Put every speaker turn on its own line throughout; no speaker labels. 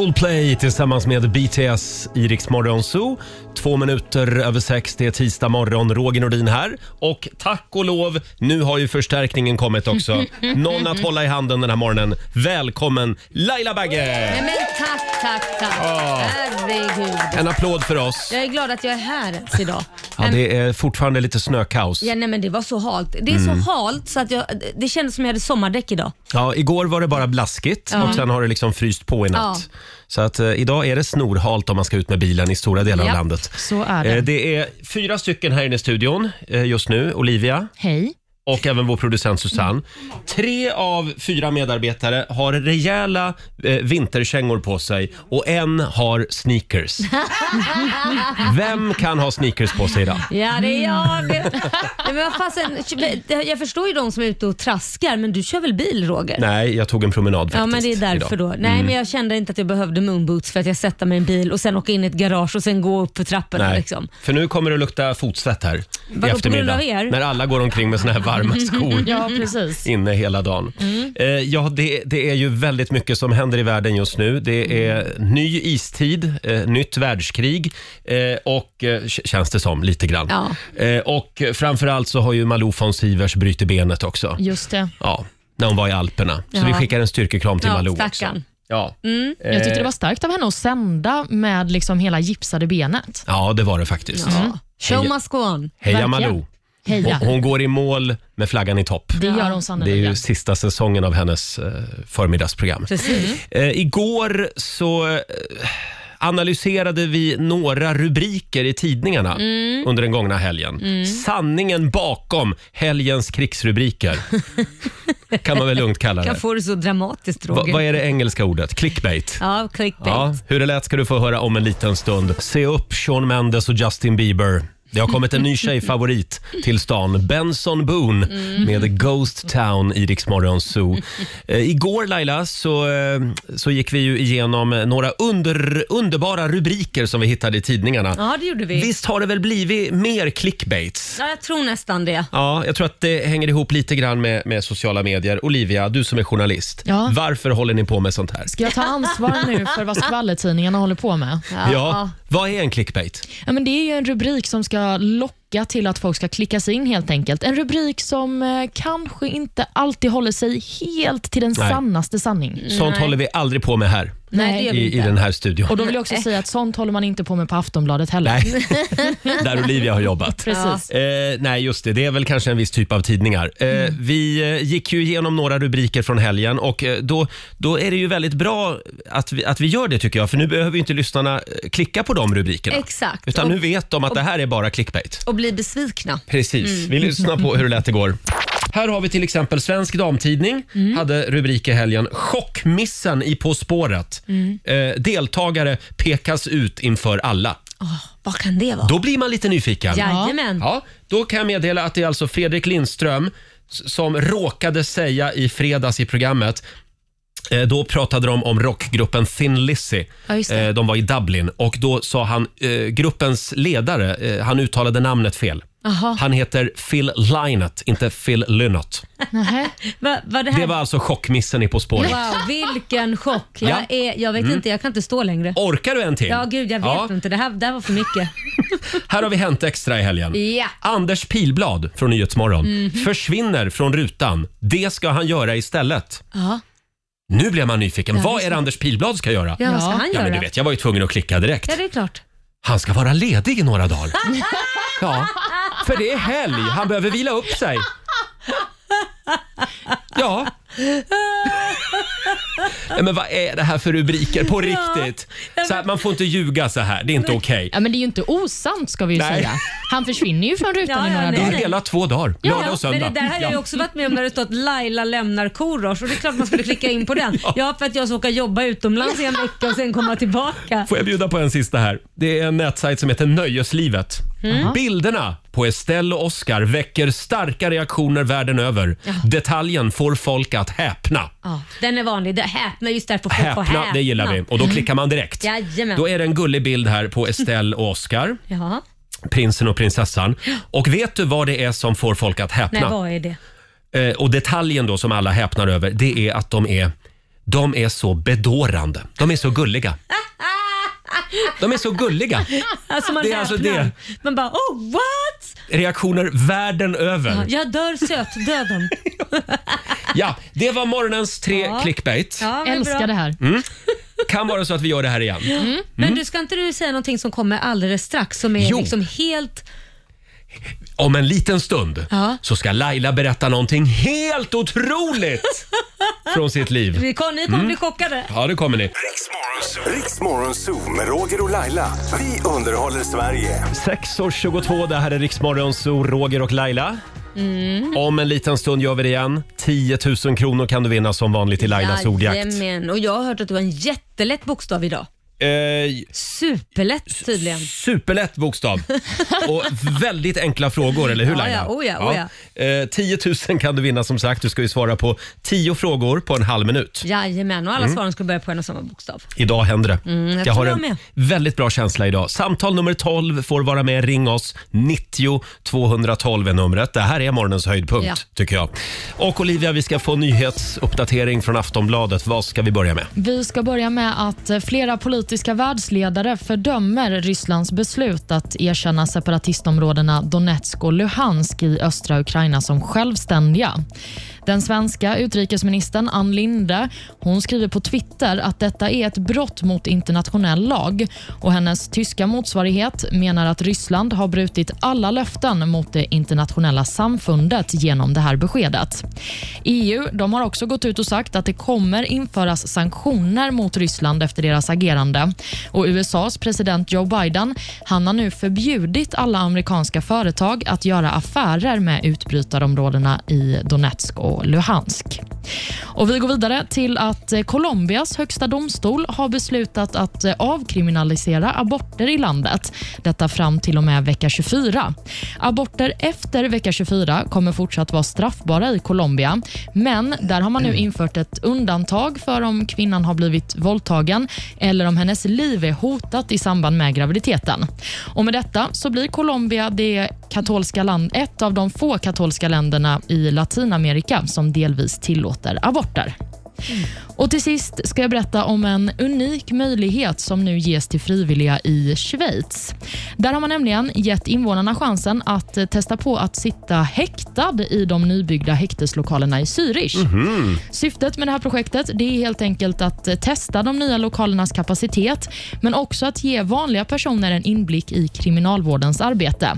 Coldplay tillsammans med BTS i Rix Morgon Zoo. Två minuter över sex, det är tisdag morgon. Roger Nordin här. Och tack och lov, nu har ju förstärkningen kommit också. Någon att hålla i handen den här morgonen. Välkommen Laila Bagge!
Nej, men tack, tack, tack. Herregud.
En applåd för oss.
Jag är glad att jag är här ens idag.
Ja, det är fortfarande lite snökaos.
Ja, nej, men det var så halt. Det är
Mm.
så halt så att jag, det kändes som jag hade sommardäck idag.
Ja, igår var det bara blaskigt och sen har det liksom fryst på i natt. Så att eh, idag är det snorhalt om man ska ut med bilen i stora delar av
Ja,
landet.
Så är det.
Eh, det är fyra stycken här inne i studion eh, just nu. Olivia
Hej.
och även vår producent Susanne. Tre av fyra medarbetare har rejäla eh, vinterkängor på sig och en har sneakers. Vem kan ha sneakers på sig idag?
Ja, det
Mm.
är jag. Det, nej, men vad fasen, jag förstår ju de som är ute och traskar, men du kör väl bil, Roger?
Nej, jag tog en promenad faktiskt.
Ja men det är därför
idag. Mm.
då. Nej men jag kände inte att jag behövde moonboots för att jag sätta mig i en bil och sen åka in i ett garage och sen gå upp för trapporna
Nej,
liksom.
för nu kommer det att lukta fotsvett här
Vadå, på
i
grund
eftermiddag.
av er?
När alla går omkring med såna här varma skor.
Ja, precis.
inne hela dagen. Eh, ja, det, det är ju väldigt mycket som händer i världen just nu. Det är ny istid, eh, nytt världskrig eh, och eh, k- känns det som lite grann.
Ja.
Eh, och framförallt så har ju Malou von Sivers brutit benet också.
Just det.
Ja, när hon var i Alperna. Så
Ja.
vi skickar en styrkekram till
Ja,
Malou också.
stackarn. Mm.
Ja.
Jag tyckte det var starkt av henne att sända med liksom hela gipsade benet.
ja, det var det faktiskt.
Ja. Show must go on.
Heja
Verkligen.
Malou!
Heja.
Hon, hon går i mål med flaggan i topp.
Det gör hon
Mm.
Det är
sannerligen.
ju sista säsongen av hennes eh, förmiddagsprogram.
Precis.
Eh, igår så eh, analyserade vi några rubriker i tidningarna
Mm.
under den gångna helgen. Sanningen bakom helgens krigsrubriker. kan man väl lugnt kalla
Kan
det.
få det så dramatiskt
Va,
Roger.
vad är det engelska ordet? Clickbait.
Ja, clickbait.
Ja, hur det lät ska du få höra om en liten stund. Se upp Sean Mendes och Justin Bieber. Det har kommit en ny tjejfavorit till stan, Benson Boone
Mm.
med Ghost Town i Rix Morgon Zoo. Eh, igår Laila så, eh, så gick vi ju igenom eh, några under, underbara rubriker som vi hittade i tidningarna.
Ja, det gjorde vi.
Visst har det väl blivit mer clickbaits?
Ja, jag tror nästan det.
Ja, jag tror att det hänger ihop lite grann med, med sociala medier. Olivia, du som är journalist,
Ja.
varför håller ni på med sånt här?
Ska jag ta ansvar nu för vad skvallertidningarna håller på med?
Ja.
ja. Vad är en clickbait?
Ja, men det är ju en rubrik som ska locka till att folk ska klicka sig in helt enkelt. En rubrik som eh, kanske inte alltid håller sig helt till den
Nej.
sannaste sanning.
Sånt håller vi aldrig på med här
Nej, det gör vi
i,
inte.
i den här studion.
Och då vill jag också säga att sånt håller man inte på med på Aftonbladet heller.
Nej, där Olivia har jobbat.
Precis.
Eh, nej, just det. Det är väl kanske en viss typ av tidningar. Eh,
Mm.
Vi eh, gick ju igenom några rubriker från helgen och eh, då, då är det ju väldigt bra att vi, att vi gör det tycker jag. För nu behöver ju inte lyssnarna eh, klicka på de rubrikerna.
Exakt.
Utan
Och-
nu vet de att det här är bara clickbait.
Och bli besvikna.
Precis. Vi lyssnar på hur det lät igår. Här har vi till exempel Svensk Damtidning. Hade rubrik i helgen “Chockmissen i På spåret”. Eh, deltagare pekas ut inför alla.
Åh, vad kan det vara?
Då blir man lite nyfiken.
Jajamän.
Ja, då kan jag meddela att det är alltså Fredrik Lindström s- som råkade säga i fredags i programmet eh, då pratade de om rockgruppen Thin Lizzy.
Ja, just det.
Eh, De var i Dublin och då sa han, eh, gruppens ledare, eh, han uttalade namnet fel.
Jaha.
Han heter Phil Lynott, inte Phil Lynott.
Nähä.
Va, va det här?
Det var alltså chockmissen i På spåret.
Wow, vilken chock. Jag,
Ja.
är, jag vet inte, jag kan inte stå längre.
Orkar du en till?
Ja, gud, jag vet
Ja.
inte. Det här, det här var för mycket.
Här har vi Hänt Extra i helgen.
Ja.
Anders Pilblad från Nyhetsmorgon försvinner från rutan. Det ska han göra istället.
Ja,
Nu blir man nyfiken. Vad är det Anders Pilblad ska göra?
ja, vad ska
Ja.
han
Ja,
göra?
men du vet, jag var ju tvungen att klicka direkt.
Ja, det är klart.
Han ska vara ledig i några dagar. Ja, för det är helg. Han behöver vila upp sig. Ja. Nej, Men vad är det här för rubriker på riktigt? Så här, man får inte ljuga så här. Det är inte okej.
Ja, men det är ju inte osant ska vi ju
Nej.
säga. Han försvinner ju från rutan
Ja,
i
ja,
några
nej.
Det är
dagar.
hela två dagar. Lördag och söndag.
Men det där har jag ju också varit med om när det stått Laila lämnar Korosh och det är klart man skulle klicka in på den. Ja, för att jag ska åka jobba utomlands i en vecka och sen komma tillbaka.
Får jag bjuda på en sista här? Det är en nätsajt som heter Nöjeslivet.
Mm.
Bilderna på Estelle och Oscar väcker starka reaktioner världen över. Detaljen får folk att häpna.
Ja, den är vanlig. Det häpnar just därför folk får
Häpna,
häpna. Mm.
det gillar vi. Och då klickar man direkt.
Jajamän.
Då är det en gullig bild här på Estelle och Oscar,
Ja,
prinsen och prinsessan. Och vet du vad det är som får folk att
nej
häpna?
vad är det?
Eh, och detaljen då som alla häpnar över, det är att de är De är så bedårande. De är så gulliga. De är så gulliga.
Alltså man
Det är
häpnar.
alltså det.
Man bara oh what?
Reaktioner världen över.
Jag dör sötdöden.
Ja, det var morgonens tre
Ja.
clickbait.
Ja, men bra.
Älskar det här.
Kan vara så att vi gör det här igen.
Men du ska inte du säga någonting som kommer alldeles strax som är
Mm. Jo.
liksom helt...
Om en liten stund
Ja.
så ska Laila berätta någonting helt otroligt från sitt liv.
Ni kommer ni
Mm.
kommer bli chockade.
Ja, det kommer ni.
Riksmorgon Zoo med Roger och Laila. Vi underhåller Sverige.
6.22, det här är Riksmorgon, så Roger och Laila.
Mm.
Om en liten stund gör vi det igen. 10 000 kronor kan du vinna som vanligt i Lailas ordjakt.
Jajamän, och jag har hört att det var en jättelätt bokstav idag.
Eh,
Superlätt tydligen.
Superlätt bokstav och väldigt enkla frågor, eller hur
Ja,
Laila?
ja, oh ja, oh ja.
Eh, 10 000 kan du vinna som sagt. Du ska ju svara på 10 frågor på en halv minut.
Jajamän, och alla
Mm.
svaren skulle börja på en och samma bokstav.
Idag händer det.
Mm, jag
jag har
tror jag
en
med.
väldigt bra känsla idag. Samtal nummer 12 får vara med. Ring oss. 90 212 är numret. Det här är morgonens höjdpunkt,
Ja.
tycker jag. Och Olivia, vi ska få nyhetsuppdatering från Aftonbladet. Vad ska vi börja med?
Vi ska börja med att eh, flera politiska världsledare fördömer Rysslands beslut att erkänna separatistområdena Donetsk och Luhansk i östra Ukraina som självständiga. Den svenska utrikesministern Ann Linde hon skriver på Twitter att detta är ett brott mot internationell lag och hennes tyska motsvarighet menar att Ryssland har brutit alla löften mot det internationella samfundet genom det här beskedet. EU de har också gått ut och sagt att det kommer införas sanktioner mot Ryssland efter deras agerande. Och USAs president Joe Biden han har nu förbjudit alla amerikanska företag att göra affärer med utbrytarområdena i Donetsk och Luhansk. Och vi går vidare till att eh, Colombias högsta domstol har beslutat att eh, avkriminalisera aborter i landet. Detta fram till och med vecka 24. Aborter efter vecka 24 kommer fortsatt vara straffbara i Colombia, men där har man nu infört ett undantag för om kvinnan har blivit våldtagen eller om hennes liv är hotat i samband med graviditeten. Och med detta så blir Colombia det katolska land, ett av de få katolska länderna i Latinamerika som delvis tillåter aborter. Och Till sist ska jag berätta om en unik möjlighet som nu ges till frivilliga i Schweiz. Där har man nämligen gett invånarna chansen att eh, testa på att sitta häktad i de nybyggda häkteslokalerna i Zürich. Syftet med det här projektet det är helt enkelt att eh, testa de nya lokalernas kapacitet men också att ge vanliga personer en inblick i kriminalvårdens arbete.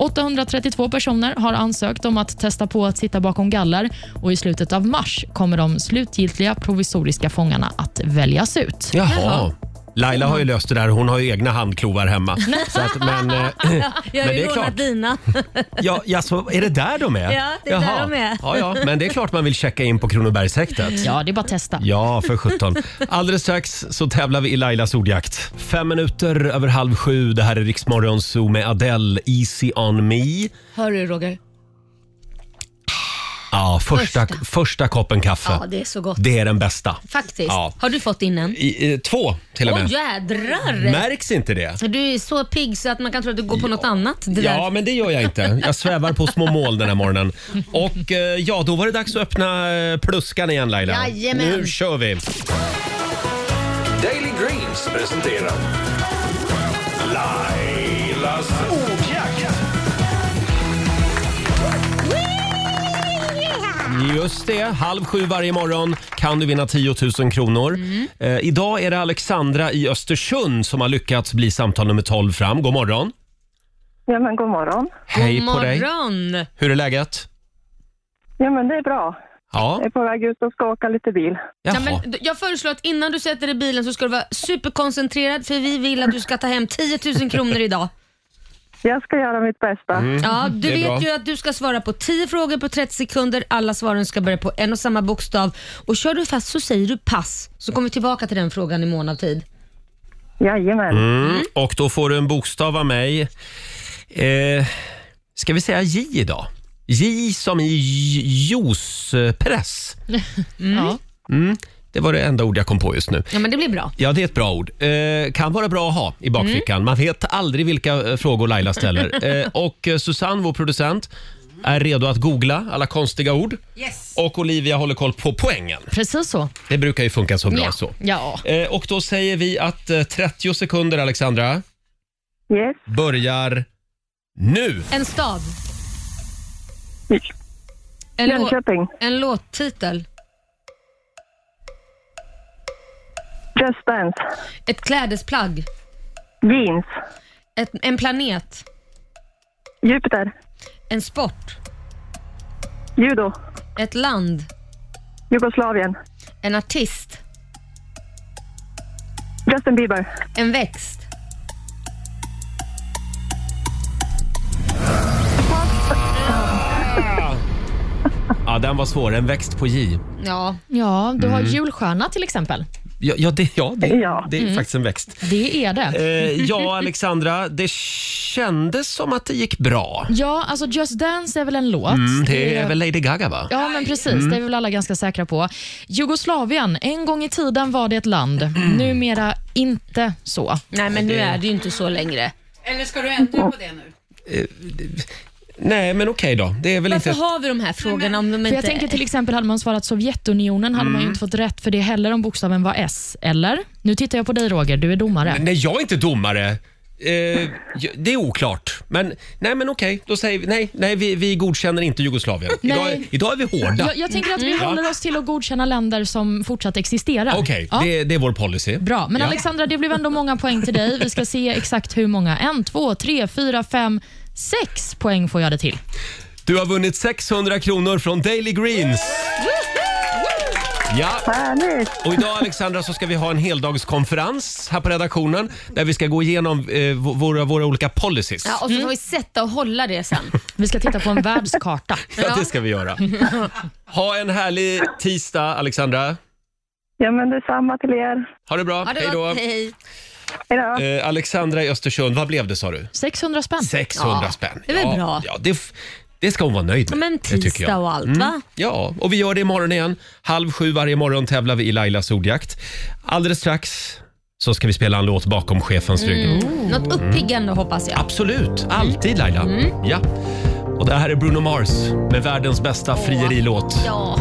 832 personer har ansökt om att testa på att sitta bakom galler och i slutet av mars kommer de slutgiltiga provisoriska fångarna att väljas ut.
Jaha. Laila har ju löst det där. Hon har ju egna handklovar hemma. Så att, men, eh,
Jag
men
har
det
ju
är klart.
lånat dina.
Ja, ja, så är det där de är?
Ja, det är där de är.
Ja, ja, men det är klart man vill checka in på Kronobergshäktet.
Ja, det är bara att testa.
Ja, för 17. Alldeles strax så tävlar vi i Lailas ordjakt. Fem minuter över halv sju. Det här är Riksmorgon Zoo med Adele, Easy on me.
Hör du Roger?
Ja, första, första.
Första.
koppen kaffe.
Ja, det är så gott.
Det är den bästa.
Faktiskt.
Ja.
Har du fått in en?
I, eh, två till och
Åh
med.
jädrar!
Märks inte det?
Du är så pigg så att man kan tro att du går på något annat. Det
Ja,
där.
men det gör jag inte. Jag svävar på små mål den här morgonen. Och eh, ja, då var det dags att öppna eh, pluskan igen Laila.
Jajamän.
Nu kör vi!
Daily Greens presenterar Lailas ordjakt.
Just det, halv sju varje morgon kan du vinna 10 000 kronor.
Mm.
Eh, idag är det Alexandra i Östersund som har lyckats bli samtal nummer 12 fram. God morgon!
Ja, men god morgon.
Hej
God
på dig!
morgon!
Hur är läget?
Ja, men det är bra.
Ja,
Jag är på väg ut och ska åka lite bil.
Ja,
jaha.
men d- jag föreslår att innan du sätter dig i bilen så ska du vara superkoncentrerad för vi vill att du ska ta hem 10 000 kronor idag.
Jag ska göra mitt bästa.
Ja,
det
du
är
vet
bra.
ju att du ska svara på 10 frågor på 30 sekunder. Alla svaren ska börja på en och samma bokstav. Och kör du fast så säger du pass. Så kommer vi tillbaka till den frågan i mån av tid.
Jajamän.
Mm. Och då får du en bokstav av mig. Eh, ska vi säga J idag? J som i j- juicepress.
Ja.
Det var det enda ord jag kom på just nu.
Ja, men det blir bra.
Ja, det är ett bra ord. Eh, kan vara bra att ha i bakfickan. Man vet aldrig vilka eh, frågor Laila ställer. Eh, och eh, Susanne, vår producent, är redo att googla alla konstiga ord. Och Olivia håller koll på poängen.
Precis så.
Det brukar ju funka så bra
ja.
så.
ja.
Eh, och då säger vi att eh, 30 sekunder, Alexandra,
Yes.
börjar nu.
En stad. En, lå-
Jönköping.
en låttitel.
Just Dance.
Ett klädesplagg.
Jeans.
Ett, en planet.
Jupiter.
En sport.
Judo.
Ett land.
Jugoslavien.
En artist.
Justin Bieber.
En växt.
Ja, den var svår. En växt på J.
Ja,
Ja, du
Mm.
har julstjärna till exempel.
Ja, ja, det, ja, det,
Ja.
Mm.
det är faktiskt en växt.
Det är
Eh,
det.
ja, Alexandra, det kändes som att det gick bra.
Ja, alltså Just Dance är väl en låt.
Mm, det är väl Lady Gaga, va?
Ja, men precis.
Mm.
Det är vi väl alla ganska säkra på. Jugoslavien, en gång i tiden var det ett land.
Mm.
Numera inte så.
nej men nu är det ju inte så längre.
Eller ska du ändra på det nu?
Nej, men okej då. Det är väl
Varför
inte...
har vi de här frågorna om de inte...
För jag tänker till exempel Hade man svarat Sovjetunionen hade
Mm.
man ju inte fått rätt för det heller om bokstaven var S. Eller? Nu tittar jag på dig Roger, du är domare.
Nej, jag är inte domare. Eh, j- det är oklart. Men nej, men okej. Då säger vi nej, nej vi, vi godkänner inte Jugoslavien. Idag är,
Nej.
idag är vi hårda.
Jag, jag tänker att vi
Mm.
håller oss till att godkänna länder som fortsatt existerar.
Okej,
Ja.
det, det är vår policy.
Bra, men
Ja.
Alexandra det blev ändå många poäng till dig. Vi ska se exakt hur många. En, två, tre, fyra, fem, sex poäng får jag det till.
Du har vunnit 600 kronor från Daily Greens. Ja,
Härligt!
och idag Alexandra så ska vi ha en heldagskonferens här på redaktionen där vi ska gå igenom eh, v- våra, våra olika policies.
Ja, och så får vi sätta och hålla det sen.
Vi ska titta på en världskarta.
Ja, det ska vi göra. Ha en härlig tisdag Alexandra.
Ja, men detsamma till er.
Ha det bra.
Ja, det
Hej
var,
då.
hej.
Hej då!
Eh, Alexandra i Östersund, vad blev det sa du?
600 spänn.
600
Ja,
spänn.
det är väl
ja,
bra.
Ja, det, f- det ska hon vara nöjd med.
Men
det tycker jag. Mm.
tisdag och allt va?
Ja, och vi gör det imorgon igen. Halv sju varje morgon tävlar vi i Lailas ordjakt. Alldeles strax så ska vi spela en låt bakom chefens
Mm.
rygg.
Något
Mm.
uppiggande hoppas jag.
Absolut, alltid Laila.
Mm.
Ja. Och det här är Bruno Mars med världens bästa frierilåt.
Ja,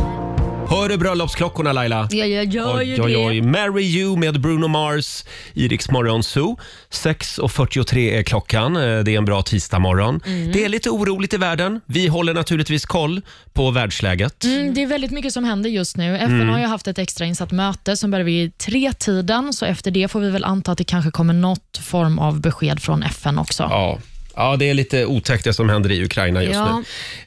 Hör du bröllopsklockorna Laila?
jag gör, gör ju
Oj, oj, oj.
det.
Marry You med Bruno Mars i Rix Morgon Zoo. 6.43 är klockan. Eh, Det är en bra tisdagmorgon.
Mm.
Det är lite oroligt i världen. Vi håller naturligtvis koll på världsläget.
Mm, det är väldigt mycket som händer just nu. FN
Mm.
har ju haft ett extrainsatt möte som börjar vid tre tiden så efter det får vi väl anta att det kanske kommer något form av besked från FN också.
Ja. ja, det är lite otäckt det som händer i Ukraina just
Ja.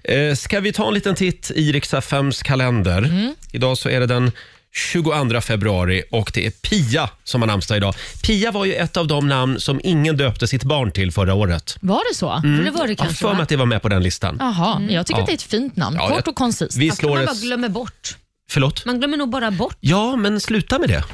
nu. Eh, ska vi ta en liten titt i Riks-FMs kalender? Idag så är det den 22 februari och det är Pia som har namnsdag idag. Pia var ju ett av de namn som ingen döpte sitt barn till förra året.
Var det så?
Men det var det
Jag har
kanske
för mig
va?
att det var med på den listan.
Jaha, jag
Mm.
tycker
Ja.
att det är ett fint namn.
Ja,
Kort
jag-
och koncist.
Vi
Att man
slår
bara
ett...
glömmer bort.
Förlåt?
Man glömmer nog bara bort.
Ja, men sluta med det.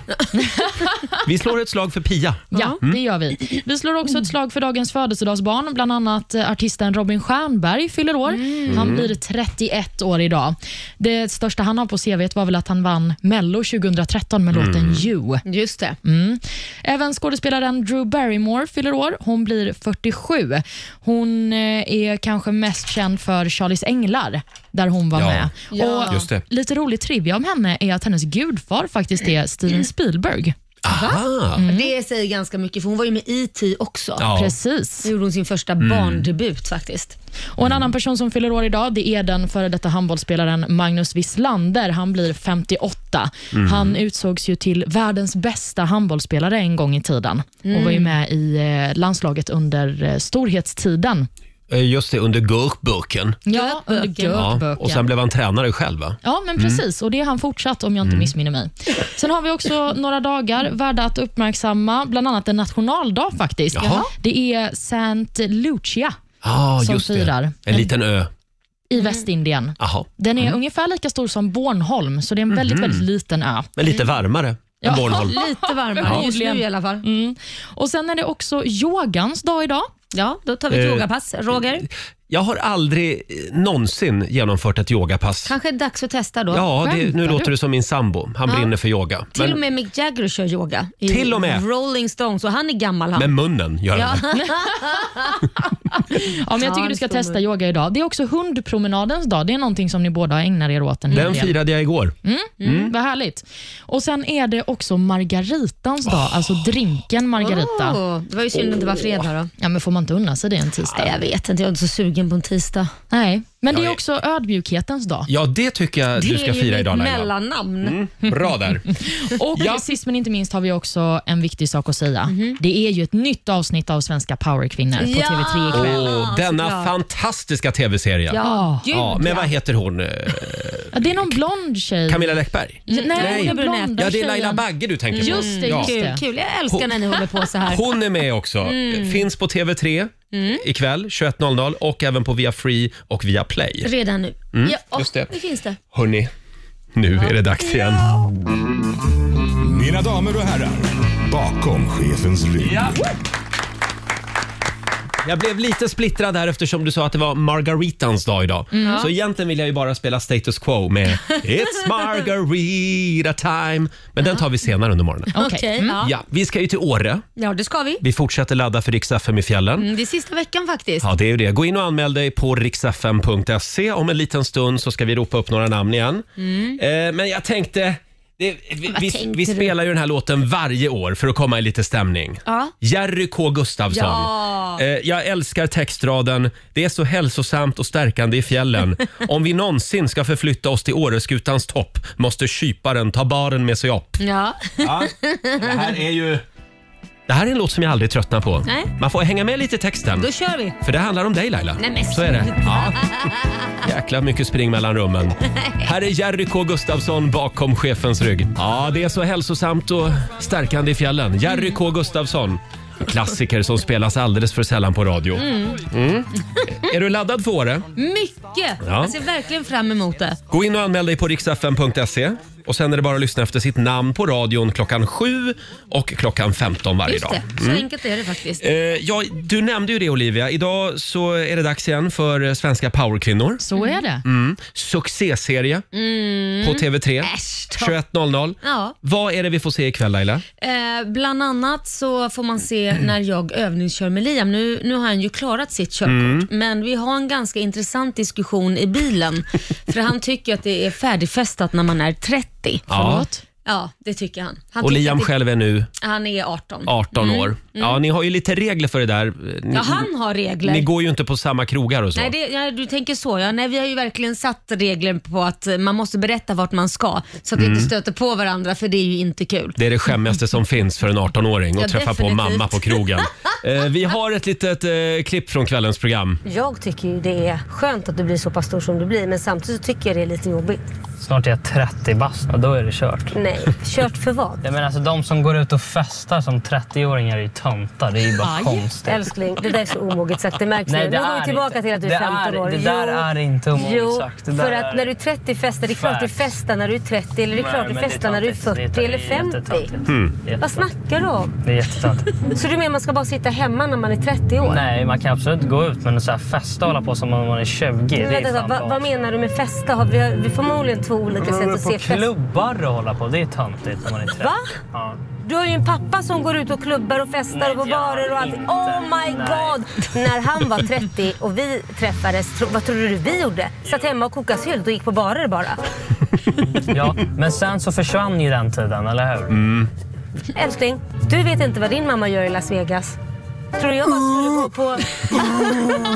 Vi slår ett slag för Pia.
Ja, det gör
Mm.
vi. Vi slår också ett slag för dagens födelsedagsbarn. Bland annat eh, artisten Robin Stjernberg fyller år.
Mm.
Han blir 31 år idag. Det största han har på CV var väl att han vann Mello 2013
Mm.
med låten You.
Just det.
Mm. Även skådespelaren Drew Barrymore fyller år. Hon blir 47. Hon eh, är kanske mest känd för Charlies änglar, där hon var
Ja.
med.
Ja.
Och
Just det.
Lite rolig trivia om henne är att hennes gudfar faktiskt är Steven Spielberg.
Aha.
Det säger ganska mycket för hon var ju med i IT också.
Ah, Ja. Mm.
Precis.
Då gjorde hon sin första barndebut faktiskt.
Och En annan person som fyller år idag det är den före detta handbollsspelaren Magnus Wislander. Han blir 58.
Mm.
Han utsågs ju till världens bästa handbollsspelare en gång i tiden och var ju med i eh, landslaget under eh, storhetstiden.
Eh, Just det, under Gurkburken.
Ja, under
Gökböken.
Ja.
Gökböken.
Och sen Mm. blev han tränare själv, va?
Ja, men precis. Och Det har han fortsatt, om jag
Mm.
inte missminner mig. Sen har vi också några dagar värda att uppmärksamma, bland annat en nationaldag faktiskt.
Jaha.
Det är Saint Lucia
Ja,
Som
Ah, just det.
firar.
En liten ö.
i
Mm.
Västindien.
Aha.
Den är ungefär lika stor som Bornholm, så det är en väldigt,
Mhm.
väldigt liten ö.
Men lite varmare än
Ja.
Bornholm.
Lite varmare
Ja.
just nu i alla fall.
Mm. Och Sen är det också yogans dag idag.
Ja, då tar vi ett
Eh,
yogapass. Roger?
Jag har aldrig eh, någonsin genomfört ett yogapass.
Kanske är det dags att testa då.
Ja, det, nu
Skämtar
låter
du?
det som min sambo. Han
Ja.
brinner för yoga.
Till och
Men
med Mick Jagger kör yoga. I
Till och med?
Rolling Stones och han är gammal han.
med munnen gör han
Ja.
det.
Ja, men jag
Ja,
tycker
det
du ska
står
testa
med.
yoga idag. Det är också hundpromenadens dag. Det är någonting som ni båda ägnar er åt en hel
Den
del.
firade jag igår.
Mm, Vad härligt. Och Sen är det också margaritans dag, alltså drinken margarita.
Ah.
Åh, Oh, det var ju synd att det var fredag då.
Ja, men Får man inte unna sig det en
Nej,
tisdag?
jag vet inte, jag är inte så sugen på en tisdag.
Nej, men det
Jag
är
är-
också ödmjukhetens dag.
Ja, det tycker jag du
det
ska
är ju
fira
mitt
idag Laila. Mm.
mellannamn.
Bra där.
Och
Ja.
sist men inte minst har vi också en viktig sak att säga.
Mhm.
Det är ju ett nytt avsnitt av Svenska powerkvinnor på
Ja!
TV3 ikväll.
Och denna
såklart.
fantastiska tv-serie.
Ja,
Ja.
gud
Ja, men vad
ja.
heter hon? Eh,
Ja, Det är någon blond tjej.
Camilla Läckberg?
Nej,
Nej.
den blonda
Ja, det är Laila
tjejen.
Bagge du tänker på.
Just det,
ja.
just det.
Kul, kul, jag älskar när ni håller på så här.
Hon är med också. Finns på TV3 ikväll 21.00 och även på via Free och via Play.
Redan nu. ja, åh,
Mm. just det.
det finns det.
Hörni, nu är det dags igen.
Mina damer och herrar, bakom chefens rygg.
Jag blev lite splittrad här eftersom du sa att det var Margaritans dag idag. Så egentligen vill jag ju bara spela Status Quo med It's Margarita time. Men den tar vi senare under morgonen.
Okej.
Okej,
Mm.
ja.
Ja, vi ska ju till Åre.
ja det ska vi.
Vi fortsätter ladda för Rix FM i fjällen.
Mm, Det är sista veckan faktiskt.
Ja, det är ju det. Gå in och anmäl dig på riksfm.se. Om en liten stund så ska vi ropa upp några namn igen. Eh, men jag tänkte... Det, vi,
Mm. Vad
vi,
tänkte
vi
du?
spelar ju den här låten varje år för att komma i lite stämning.
Ja.
Jerry K Gustafsson.
Ja.
Eh, jag älskar textraden. Det är så hälsosamt och stärkande i fjällen. Om vi någonsin ska förflytta oss till Åreskutans topp måste kyparen ta baren med sig upp.
Ja.
Ja, det här är ju... Det här är en låt som jag aldrig tröttnar på.
Nej.
Man får hänga med lite i texten.
Då kör vi.
För det handlar om dig Laila.
Nej, men
Så är det. Ja. Jäkla mycket spring mellan rummen. Här är Jerry K Gustafsson bakom chefens rygg. Ja, det är så hälsosamt och stärkande i fjällen. Jerry K Gustafsson. En Klassiker som spelas alldeles för sällan på radio. Mm. Är du laddad för Åre?
Mycket!
Ja.
Jag ser verkligen fram emot det.
Gå in och anmäl dig på riksfn.se. Och sen är det bara att lyssna efter sitt namn på radion klockan 7 och klockan 15 varje
Just
dag.
det, så enkelt är det faktiskt.
Eh, ja, du nämnde ju det Olivia. Idag så är det dags igen för eh, svenska powerkvinnor.
Så är det.
Mm. succéserie på TV3.
Mm. Äsch, ta-
21.00.
Ja.
Vad är det vi får se ikväll Laila?
Eh, bland annat så får man se när jag övningskör med Liam. Nu, nu har han ju klarat sitt körkort,
Mm.
men vi har en ganska intressant diskussion i bilen. för han tycker att det är färdigfestat när man är 30.
Förlåt?
Ja, det tycker han. han
Och
tycker
Liam
att det,
själv är nu
Han är 18.
18 år. Ja, ni har ju lite regler för det där. Ni,
Ja, han har regler.
ni går ju inte på samma krogar och så.
Nej, det, ja, du tänker så ja. Nej, vi har ju verkligen satt regler på att eh, man måste berätta vart man ska så att vi
Mm.
inte stöter på varandra för det är ju inte kul.
Det är det skämmigaste som finns för en 18-åring att
Ja,
träffa på
definitivt.
mamma på krogen. Eh, vi har ett litet eh, klipp från kvällens program.
Jag tycker ju det är skönt att du blir så pass stor som du blir men samtidigt så tycker jag det är lite jobbigt.
Snart är jag 30 bast och då är det kört.
Nej, kört för vad?
Jag menar alltså de som går ut och festar som 30-åringar är ju töntar. Det är ju bara
Aj.
konstigt.
Älskling, det där är så omoget sagt. Det märks nu. Nu går vi tillbaka till att du
det
är 15 år.
Är, det där
Jo,
är inte
Jo,
omoget sagt. Det där
för
är-
att när du är 30 festar, det är klart du
Facts.
festar när du är 30 eller det är
Nej,
klart du
men det är
festar när du är
töntigt. Det
40 eller
det är
50.
jättetöntigt. Det är
Vad
jättetöntigt.
snackar du om?
Det är jättetöntigt.
Så du menar man ska bara sitta hemma när man är 30 år?
Nej, man kan absolut gå ut men så här festa och hålla på som om man är 20. Det
Men
är
vänta,
fan
alltså, vad, vad
barnsligt.
menar du med festa? Har vi, har vi förmodligen två olika sätt att se
På
fest.
klubbar och hålla på, det är töntigt när man är 30.
Va?
Ja.
Du har ju en pappa som går ut och klubbar och festar
Nej,
och på
jag
barer och allt.
inte.
Oh my
Nej.
god! När han var 30 och vi träffades, tro, vad trodde du vi gjorde? Satt hemma och kokade sylt och gick på barer bara.
Ja, men sen så försvann ju den tiden, eller hur?
Älskling, du vet inte vad din mamma gör i Las Vegas. Tror du jag bara skulle gå på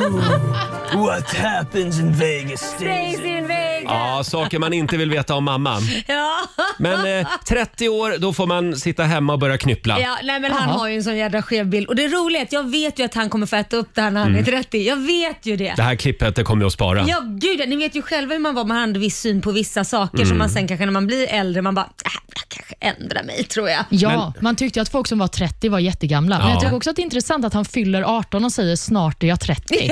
What happens in Vegas stays
Days in Vegas?
Ja, saker man inte vill veta om mamma.
Ja,
Men eh, 30 år, då får man sitta hemma och börja knyppla.
ja nej, men han
Jaha.
har ju en sån jädra skev bild. Och det roliga är att jag vet ju att han kommer få äta upp det här när
Mm.
han är 30. Jag vet ju det.
Det här klippet det kommer jag att spara.
Ja, gud, ni vet ju själva hur man var, man hade viss syn på vissa saker
Mm.
som man sen kanske när man blir äldre, man bara, äh, jag kanske ändrar mig tror jag.
Ja, man tyckte ju att folk som var 30 var jättegamla. Men
Ja.
jag tycker också att det är intressant att han fyller 18 och säger snart är jag 30.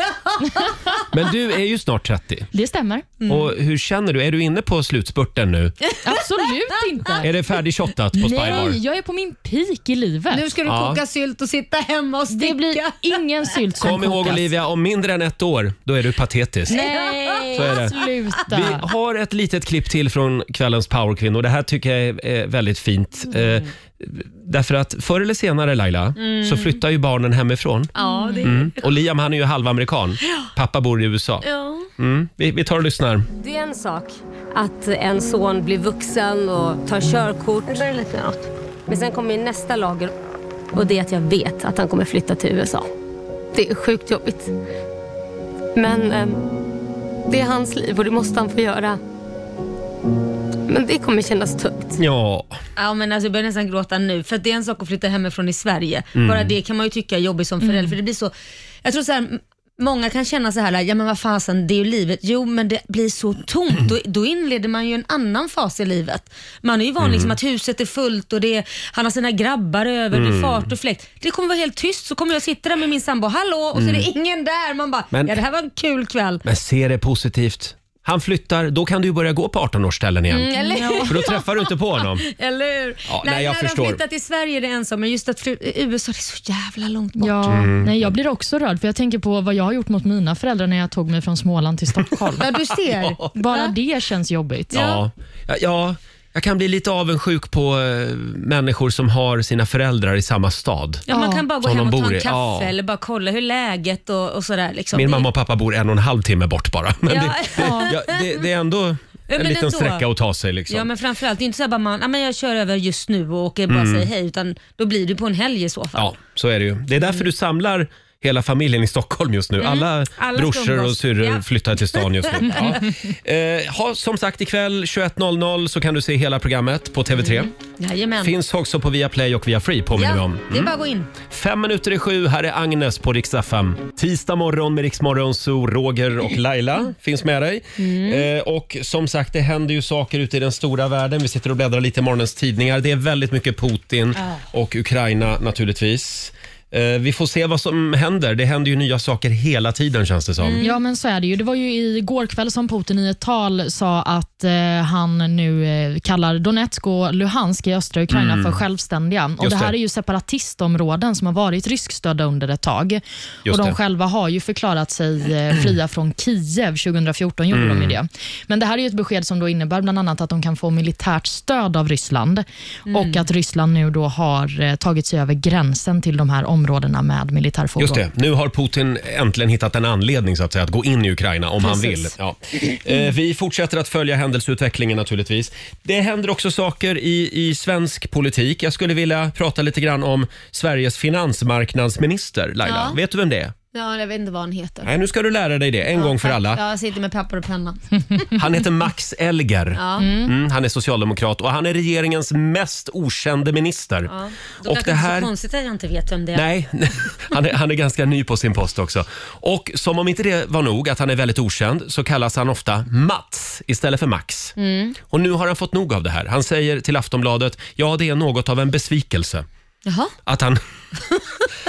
Men du är ju snart 30.
Det stämmer.
Och hur känner du? Är du inne på slutspurten nu?
Absolut inte.
Är det färdigshottat på Spybar?
Nej, jag är på min peak i livet.
Nu ska du
Ja.
koka sylt och sitta hemma och sticka.
Det blir ingen sylt som
Kom ihåg
kokas.
Olivia, om mindre än ett år, då är du patetisk.
Nej,
Så är det.
sluta.
Vi har ett litet klipp till från kvällens powerkvinnor. Det här tycker jag är, är väldigt fint.
Mm.
Eh, därför att förr eller senare Laila, så flyttar ju barnen hemifrån.
Ja, det...
Mm. Och Liam han är ju halvamerikan. Pappa bor i USA.
ja.
Mm. Vi, vi tar och lyssnar.
Det är en sak att en son blir vuxen och tar körkort. Det är lite annat. Men sen kommer ju nästa lager och det är att jag vet att han kommer flytta till USA. Det är sjukt jobbigt. Men eh, det är hans liv och det måste han få göra. Men det kommer kännas tungt.
Ja,
Ja, men alltså, jag börjar nästan gråta nu. För att det är en sak att flytta hemifrån i Sverige.
Mm.
Bara det kan man ju tycka är jobbigt som förälder. För det blir så, jag tror så här, m- många kan känna så här, ja men vad fasen, det är ju livet. Jo, men det blir så tomt. Då, då inleder man ju en annan fas i livet. Man är ju van liksom,
Mm.
att huset är fullt och det är, han har sina grabbar över,
Mm.
det är fart och fläkt. Det kommer vara helt tyst, så kommer jag sitta där med min sambo, hallå, och så är det ingen där. Man bara,
Mm. Men-
ja det här var en kul kväll.
men se det positivt. Han flyttar, då kan du ju börja gå på 18-årsställen igen.
Eller hur?
För då träffar du inte på honom.
Eller hur?
Ja, nej, jag
när
förstår.
de flyttat till Sverige är det en sak, men just att fly- i USA det är så jävla långt bort.
Ja, nej, jag blir också rörd för jag tänker på vad jag har gjort mot mina föräldrar när jag tog mig från Småland till Stockholm.
Ja, du ser.
Bara det känns jobbigt.
Ja. Ja, ja, jag kan bli lite avundsjuk på eh, människor som har sina föräldrar i samma stad.
Ja, man
Ja.
kan bara gå
Som
hem
de
och ta
bor
en
i,
kaffe
ja.
eller bara kolla hur läget och, och sådär. Liksom.
Min mamma och pappa bor en och en halv timme bort bara. Men
Ja.
det, det, ja, det, det är ändå en
men
liten
ändå.
sträcka att ta sig. Liksom.
Ja men framförallt, det är inte så här bara man, ja, men jag kör över just nu och åker
Mm.
bara säger hej utan då blir du på en helg i så fall.
Ja, så är det ju. Det är
Mm.
därför du samlar hela familjen i Stockholm just nu. Alla,
Alla
brorsor och
skolgås.
syrror
Ja.
flyttar till stan just nu. Ja. Eh, ha, som sagt, ikväll 21.00 så kan du se hela programmet på TV3.
Jajamän.
Finns också på Viaplay och Viafree påminner vi
Mm. ja,
om.
Det är bara att gå in.
Fem minuter i sju, här är Agnes på riksdag 5. Tisdag morgon med Riksmorgon, så Roger och Laila finns med dig. Eh, och som sagt, det händer ju saker ute i den stora världen. Vi sitter och bläddrar lite i morgonens tidningar. Det är väldigt mycket Putin och Ukraina naturligtvis. Eh, vi får se vad som händer. Det händer ju nya saker hela tiden känns det som.
Ja, men så är det ju. Det var ju igår kväll som Putin i ett tal sa att eh, han nu eh, kallar Donetsk och Luhansk i östra Ukraina för självständiga. Och
Mm. Just
det här
det.
är ju separatistområden som har varit ryskstödda under ett tag.
Just
och De
det.
själva har ju förklarat sig eh, fria från Kiev 2014. gjorde
Mm.
de ju det. Men det här är ju ett besked som då innebär bland annat att de kan få militärt stöd av Ryssland och att Ryssland nu då har eh, tagit sig över gränsen till de här områdena med militärfordon.
Just det. Nu har Putin äntligen hittat en anledning så att, säga, att gå in i Ukraina om han vill.
Precis.
Ja. Eh, vi fortsätter att följa händelseutvecklingen naturligtvis. Det händer också saker i, i svensk politik. Jag skulle vilja prata lite grann om Sveriges finansmarknadsminister, Laila.
Ja.
Vet du vem det är?
Ja, jag vet inte vad han heter.
Nej, nu ska du lära dig det en gång för alla.
Ja, jag sitter med papper och penna.
Han heter Max Elger.
Ja.
Mm, han är socialdemokrat och han är regeringens mest okände minister.
Ja. Då
Och det
kanske inte
här...
så konstigt att jag inte vet vem det är.
Nej, han är, han är ganska ny på sin post också. Och som om inte det var nog att han är väldigt okänd så kallas han ofta Mats istället för Max.
Mm.
Och nu har han fått nog av det här. Han säger till Aftonbladet, ja det är något av en besvikelse
Jaha.
att han,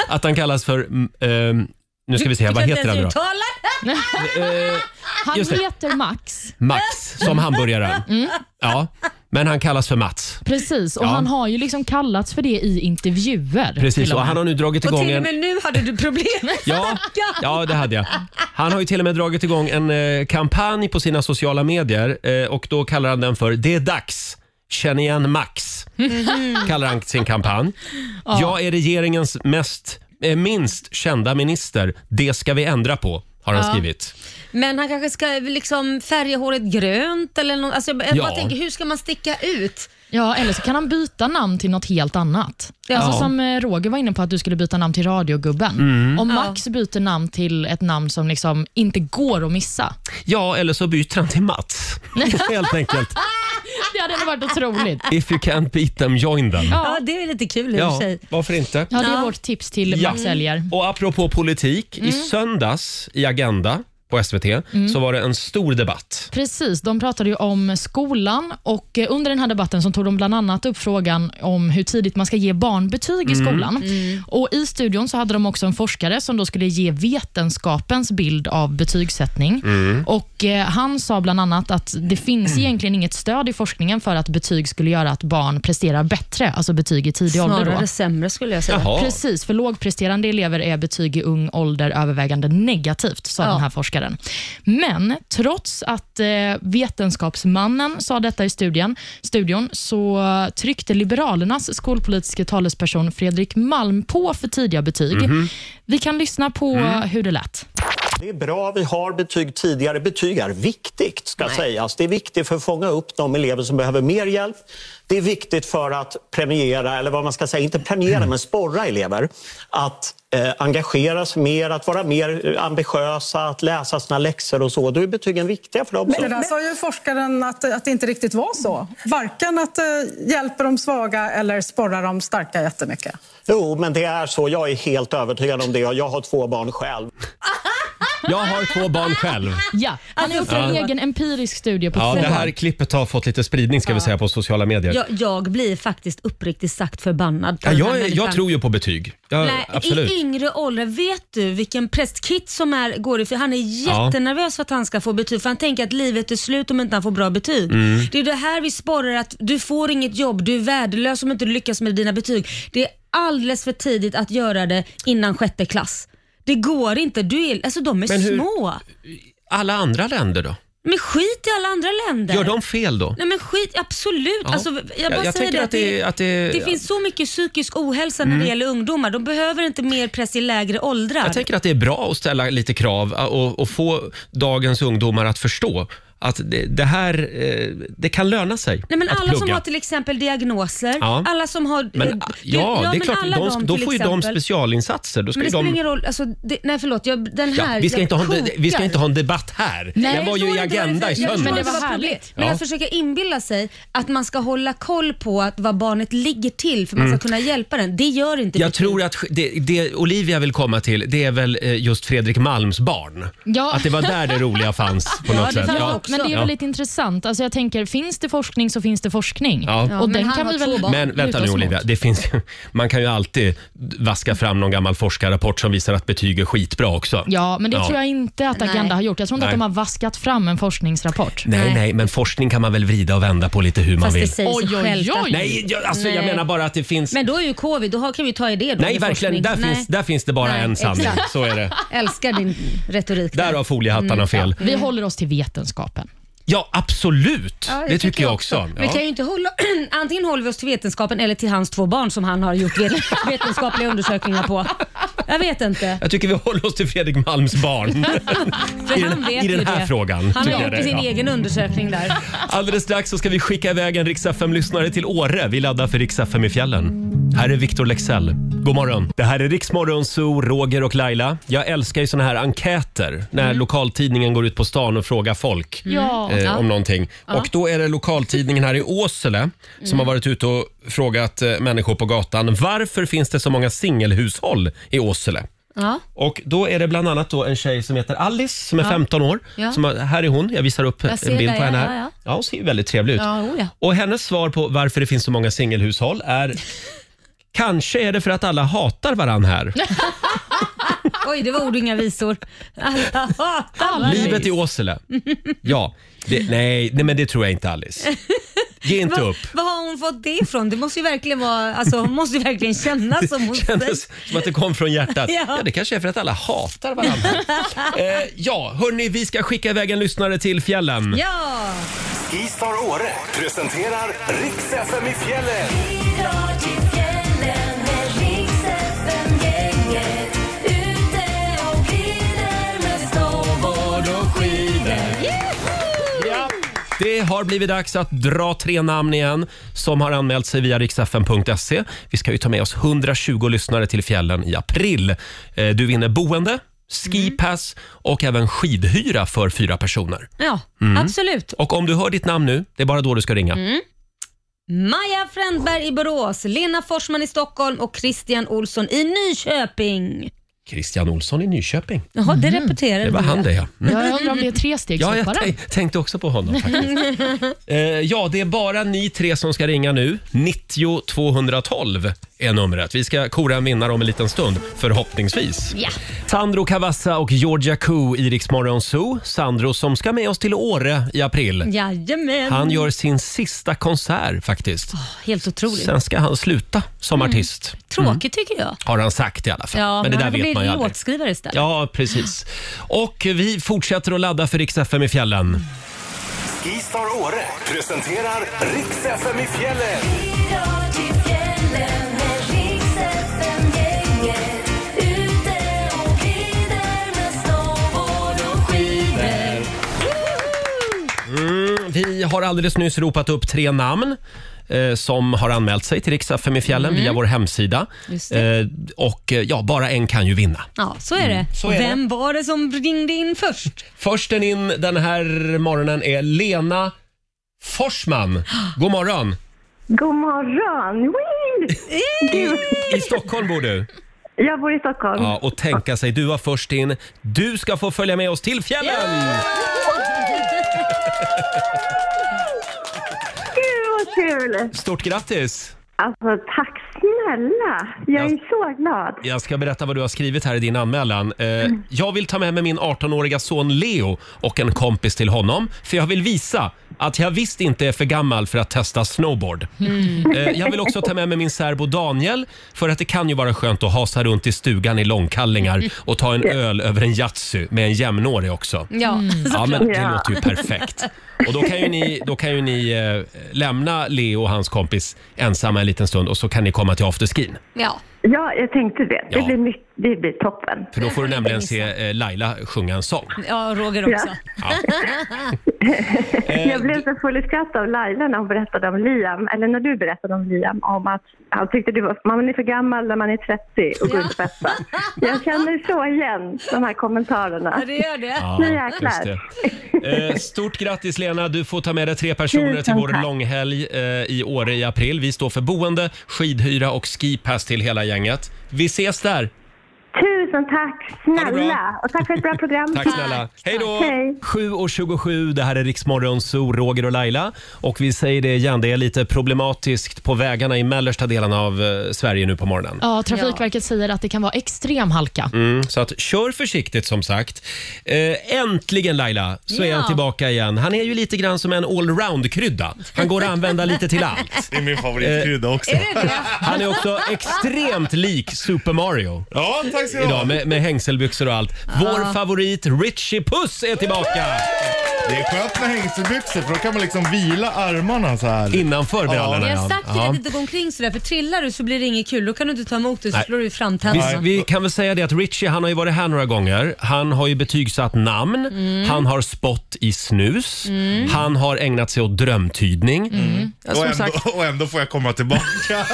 att han kallas för, mm, ehm, nu ska vi se, vad
Jag kan
heter
inte
han då?
ens uttala det.
Eh,
Han
Just det.
heter Max.
Max, som hamburgaren.
Mm.
Ja, men han kallas för Mats.
Precis, och
Ja.
han har ju liksom kallats för det i intervjuer.
Precis,
till och
och
med.
han har nu dragit
Och
igång
till och
en...
med nu hade du problem.
Ja, ja, det hade jag. Han har ju till och med dragit igång en eh, kampanj på sina sociala medier eh, och då kallar han den för “Det är dags, känn igen Max”.
Mm-hmm.
Kallar han sin kampanj. “Jag är regeringens mest, eh, minst kända minister. Det ska vi ändra på” har han skrivit.
Men han kanske ska liksom färga håret grönt eller något. Alltså, jag
Ja.
bara tänker, hur ska man sticka ut?
Ja, eller så kan han byta namn till något helt annat. Alltså som eh, Roger var inne på att du skulle byta namn till radiogubben. Om Max byter namn till ett namn som liksom inte går att missa.
Ja, eller så byter han till Mats. Helt enkelt.
Det hade ändå varit otroligt.
If you can't beat them, join them.
Ja, det är lite kul i och för
Ja,
sig.
varför inte?
Ja, det är
Ja.
vårt tips till Max Elger.
Mm.
Och apropå politik, i söndags i Agenda på SVT så var det en stor debatt.
Precis, de pratade ju om skolan och eh, under den här debatten så tog de bland annat upp frågan om hur tidigt man ska ge barn betyg i skolan. Och I studion så hade de också en forskare som då skulle ge vetenskapens bild av betygssättning. Och eh, Han sa bland annat att det finns egentligen inget stöd i forskningen för att betyg skulle göra att barn presterar bättre, alltså betyg i tidig ålder. Då.
Snarare sämre skulle jag säga.
Jaha.
Precis, för lågpresterande elever är betyg i ung ålder övervägande negativt, sa den här forskaren. Men trots att eh, vetenskapsmannen sa detta i studien, studion, så tryckte Liberalernas skolpolitiska talesperson Fredrik Malm på för tidiga betyg.
Mhm.
Vi kan lyssna på
Mm.
hur det lät.
Det är bra vi har betyg tidigare. Betyg är viktigt, ska sägas. Det är viktigt för att fånga upp de elever som behöver mer hjälp. Det är viktigt för att premiera, eller vad man ska säga, inte premiera, men sporra elever att eh, engagera sig mer, att vara mer eh, ambitiösa, att läsa sina läxor och så. Då är betygen viktiga för dem.
Det där sa ju forskaren att, eh, att det inte riktigt var så. Varken att eh, hjälper de svaga eller sporrar de starka jättemycket.
Jo, men det är så. Jag är helt övertygad om det och jag har två barn själv.
Jag har två barn själv.
Ja, han har gjort en egen empirisk studie på
Alltså, Ja,
två
det här
barn.
klippet har fått lite spridning ska vi säga på sociala medier.
Jag, jag blir faktiskt uppriktigt sagt förbannad på
Ja,
den här
jag, är- jag
människan.
tror ju på betyg. Ja,
Nej,
absolut.
I yngre åldrar, vet du vilken präst Kit som är, går i för Han är jättenervös för att han ska få betyg, för han tänker att livet är slut om inte han får bra betyg.
Mm.
Det är det här vi sporrar, att du får inget jobb, du är värdelös om inte du lyckas med dina betyg. Det är alldeles för tidigt att göra det innan sjätte klass. Det går inte, du är, alltså de är
Men hur-
små.
Alla andra länder då?
Men skit i alla andra länder.
Gör de fel då?
Nej men skit, absolut.
Ja.
Alltså, jag
Jag-
bara
jag
säger
tänker
det,
att det- att det-
det finns så mycket psykisk ohälsa när det gäller ungdomar. De behöver inte mer press i lägre åldrar.
Jag tänker att det är bra att ställa lite krav ä, och, och få dagens ungdomar att förstå att det, det här eh, det kan löna sig
Nej, men
att
alla
plugga.
som har till exempel diagnoser,
Ja.
alla som har...
men,
eh,
ja,
du-
det är
men
klart.
alla
De,
dem
då
till
får ju de
exempel.
specialinsatser. Då ska
Men det
ju
spelar
de,
ingen roll. Alltså, det, nej, förlåt. Jag, den
ja,
här...
vi, ska
jag
inte ha, en-
kokar.
vi ska inte ha en debatt här.
Nej,
Den var ju
förstår
i
inte vad
Agenda
det-
i
jag förstår
söndags.
Men det
inte
var
vad
härligt.
problemet- Men
Ja.
att försöka inbilla sig att man ska hålla koll på att vad barnet ligger till för man ska kunna hjälpa den. Det gör inte
Mm. Jag
riktigt.
tror att det, det Olivia vill komma till, det är väl eh, just Fredrik Malms barn.
Ja.
Att det var där det roliga fanns på
Ja,
något
det
sätt.
kan
Ja.
jag också.
Men det är
Ja.
väldigt intressant. Alltså jag tänker, finns det forskning så finns det forskning.
Ja. Ja,
Och
men
den
han
kan
har
vi
två
väl
barn.
Men
luta
vänta
oss
nu
mot.
Olivia, det finns, ju- man kan ju alltid vaska fram någon gammal forskarrapport som visar att betyg är skitbra också.
Ja, men det
Ja.
tror jag inte att Agenda
Nej.
har gjort. Jag tror inte
Nej.
att de har vaskat fram en forskningsrapport.
Nej,
Nej.
nej, men forskning kan man väl vrida och vända på lite hur man
Fast det
vill.
säger sig
Oj, oj,
självt att
oj.
Nej, jag, alltså, jag
Nej.
menar bara att det finns...
Men då är ju covid, då har- kan vi ta i det då.
nej,
med
verkligen. Där
forskning. Nej.
finns, där finns det bara
Nej,
en sanning.
exakt.
Så är det.
Älskar din retorik.
Där har
Mm,
foliehattarna fel.
Vi håller oss till vetenskapen.
Ja, absolut.
Ja,
det, tycker jag också.
Vi
Ja.
kan ju inte hålla, antingen håller vi oss till vetenskapen eller till hans två barn som han har gjort vet- vetenskapliga undersökningar på. Jag vet inte.
Jag tycker vi håller oss till Fredrik Malms barn.
För
I
han
den-
vet
i den
ju
här
det.
frågan, tycker
Han har
jag
gjort
det,
sin
ja.
egen undersökning där.
Alldeles strax så ska vi skicka iväg en riksdag lyssnare till Åre. Vi laddar för riksdag i fjällen. Här är Victor Lexell. God morgon. Det här är Riksmorgon Zoo, Roger och Laila. Jag älskar ju såna här enkäter när
Mm.
lokaltidningen går ut på stan och frågar folk
Ja.
eh, om någonting. Och då är det lokaltidningen här i Åsele som
Mm.
har varit ute och frågat eh, människor på gatan varför finns det så många singelhushåll i Åsele?
Ja.
Och då är det bland annat då en tjej som heter Alice som är 15 år.
Ja.
Som har, här är hon, jag visar upp
ser
en bild
dig,
på henne
ja,
här. Ja,
ja.
hon ser ju väldigt trevlig ut.
Ja, oh ja.
Och hennes svar på varför det finns så många singelhushåll är Kanske är det för att alla hatar varann här.
Oj, det var ord och inga visor. Alla hatar mig.
Livet i Åsele. Ja, det, nej, nej, men det tror jag inte Alice. Ge inte upp.
Vad har hon fått det ifrån? Det måste ju verkligen vara, alltså, hon måste ju verkligen känna som hon säger.
Kändes som att det kom från hjärtat. Ja.
Ja.
det kanske är för att alla hatar varandra. Eh, ja, hörni, vi ska skicka iväg en lyssnare till fjällen.
Ja!
Skistar Åre presenterar Riks FM i fjällen.
Ja. Det har blivit dags att dra tre namn igen som har anmält sig via riksfn.se. Vi ska ju ta med oss 120 lyssnare till fjällen i april. Eh, Du vinner boende, skipass och även skidhyra för fyra personer.
Ja,
Mm.
absolut.
Och om du hör ditt namn nu, det är bara då du ska ringa.
Mm. Maja Frändberg i Borås, Lena Forsman i Stockholm och Christian Olsson i Nyköping.
Christian Olsson i Nyköping.
Jaha, det
Mhm.
repeterade
Det var
du,
han det, ja. Mm.
Jag undrar om det är
Ja,
trestegshoppare.
jag tän- tänkte också på honom. faktiskt. Eh, ja, det är bara ni tre som ska ringa nu. 90 212 är numret. Vi ska kora en vinnare om en liten stund, förhoppningsvis.
Ja.
Sandro Cavazza och Georgia Koo i Rix Morgon Zoo. Sandro som ska med oss till Åre i april.
Jajamän.
Han gör sin sista konsert faktiskt.
Helt otroligt.
Sen ska han sluta som
Mm.
artist.
Tråkigt tycker jag.
Har han sagt i alla fall.
Ja,
men det där
han
vet man ju
blir
aldrig.
låtskrivare istället.
Ja, precis. Och vi fortsätter att ladda för Rix FM i fjällen.
Skistar Åre presenterar Riks FM i fjällen.
Mm, vi har alldeles nyss ropat upp tre namn eh, som har anmält sig till Rix FM i fjällen via vår hemsida.
Mm. Just det.
Eh, och eh, ja, bara en kan ju vinna.
Ja, så är det.
Mm.
så är
Vem var det som ringde in först?
Försten in den här morgonen är Lena Forsman. God morgon!
God morgon! Wee! Gud,
I Stockholm bor du.
jag bor i Stockholm.
Ja, och tänka sig, du var först in. Du ska få följa med oss till fjällen!
Gud vad kul!
Stort grattis!
Alltså tack snälla! Jag är så glad.
Jag ska berätta vad du har skrivit här i din anmälan. Eh, jag vill ta med mig min 18-åriga son Leo och en kompis till honom. För jag vill visa att jag visst inte är för gammal för att testa snowboard. Eh, jag vill också ta med mig min särbo Daniel. För att det kan ju vara skönt att hasa runt i stugan i långkallingar och ta en öl över en yatzy med en jämnårig också.
Ja,
Ja,
såklart.
men det låter ju perfekt. Och då kan ju ni, då kan ju ni eh, lämna Leo och hans kompis ensamma en liten stund och så kan ni komma till afterskin.
Ja.
Ja, jag tänkte det. Det,
Ja.
blir, my- det blir toppen.
För då får du nämligen se eh, Laila sjunga en sång.
Ja, Roger också.
jag blev så full i skratt av Laila när hon berättade om Liam, eller när du berättade om Liam, om att han tyckte du var, man är för gammal när man är 30 och går ut och festar. Jag känner så igen de här kommentarerna.
Ja, det gör det.
Ja,
nu
just
jäklar.
det. Eh, Stort grattis Lena, du får ta med dig tre personer
Tusen
till vår
tack.
långhelg eh, i Åre i april. Vi står för boende, skidhyra och skipass till hela gänget. Vi ses där!
Tusen tack snälla och tack för ett bra program.
Tack snälla. Hej då!
Hej.
7.27, det här är Riksmorgon Zoo, Roger och Laila. Och vi säger det igen, det är lite problematiskt på vägarna i mellersta delen av eh, Sverige nu på morgonen.
Ja, Trafikverket säger att det kan vara extrem halka.
Mm, så att kör försiktigt som sagt. Eh, äntligen Laila så är
Ja.
han tillbaka igen. Han är ju lite grann som en allround-krydda. Han går att använda lite till allt.
Det är min favoritkrydda också.
Är det det? Han är också extremt lik Super Mario.
Ja, tack ska du ha.
Idag med, med hängselbyxor och allt. Vår
Ja.
favorit Richie Puss är tillbaka!
Det är skönt med hängselbyxor för då kan man liksom vila armarna så här.
Innanför
Jag har sagt till dig att inte gå omkring sådär, för trillar du så blir det inget kul. Då kan du inte ta emot det, så
Nej.
slår du ju fram
Vi,
tänderna.
vi kan väl säga det att Richie han har ju varit här några gånger. Han har ju betygsatt namn,
Mm.
han har spott i snus,
Mm.
han har ägnat sig åt drömtydning. Ja,
Och
Som
ändå,
sagt,
och ändå får jag komma tillbaka.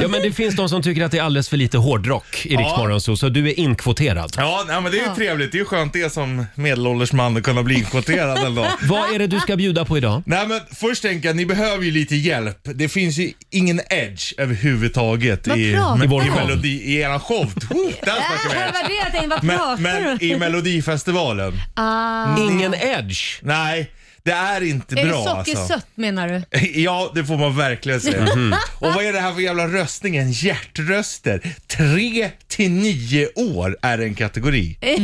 ja, men det finns de som tycker att det är alldeles för lite hårdrock i
Ja.
Rix Morgonzoo, så du är inkvoterad.
Ja, nej, men det är ju trevligt. Det är ju skönt det som medelålders man att kunna bli inkvoterad en dag.
Vad är det du ska bjuda på idag?
Nej men först tänker jag, ni behöver ju lite hjälp. Det finns ju ingen edge överhuvudtaget
Vad
i,
pratar
i,
du om?
melodi, i eran show. Oh, Där snackar vi.
Äh, vad det är, jag tänkte, vad pratar
Men, men
du?
i Melodifestivalen.
Ah.
Ingen edge?
Nej, det är inte
Är
bra
det sockersött
alltså.
menar du?
Ja, det får man verkligen säga.
Mhm.
Och vad är det här för jävla röstningen? Hjärtröster. 3 till 9 år är en kategori. Det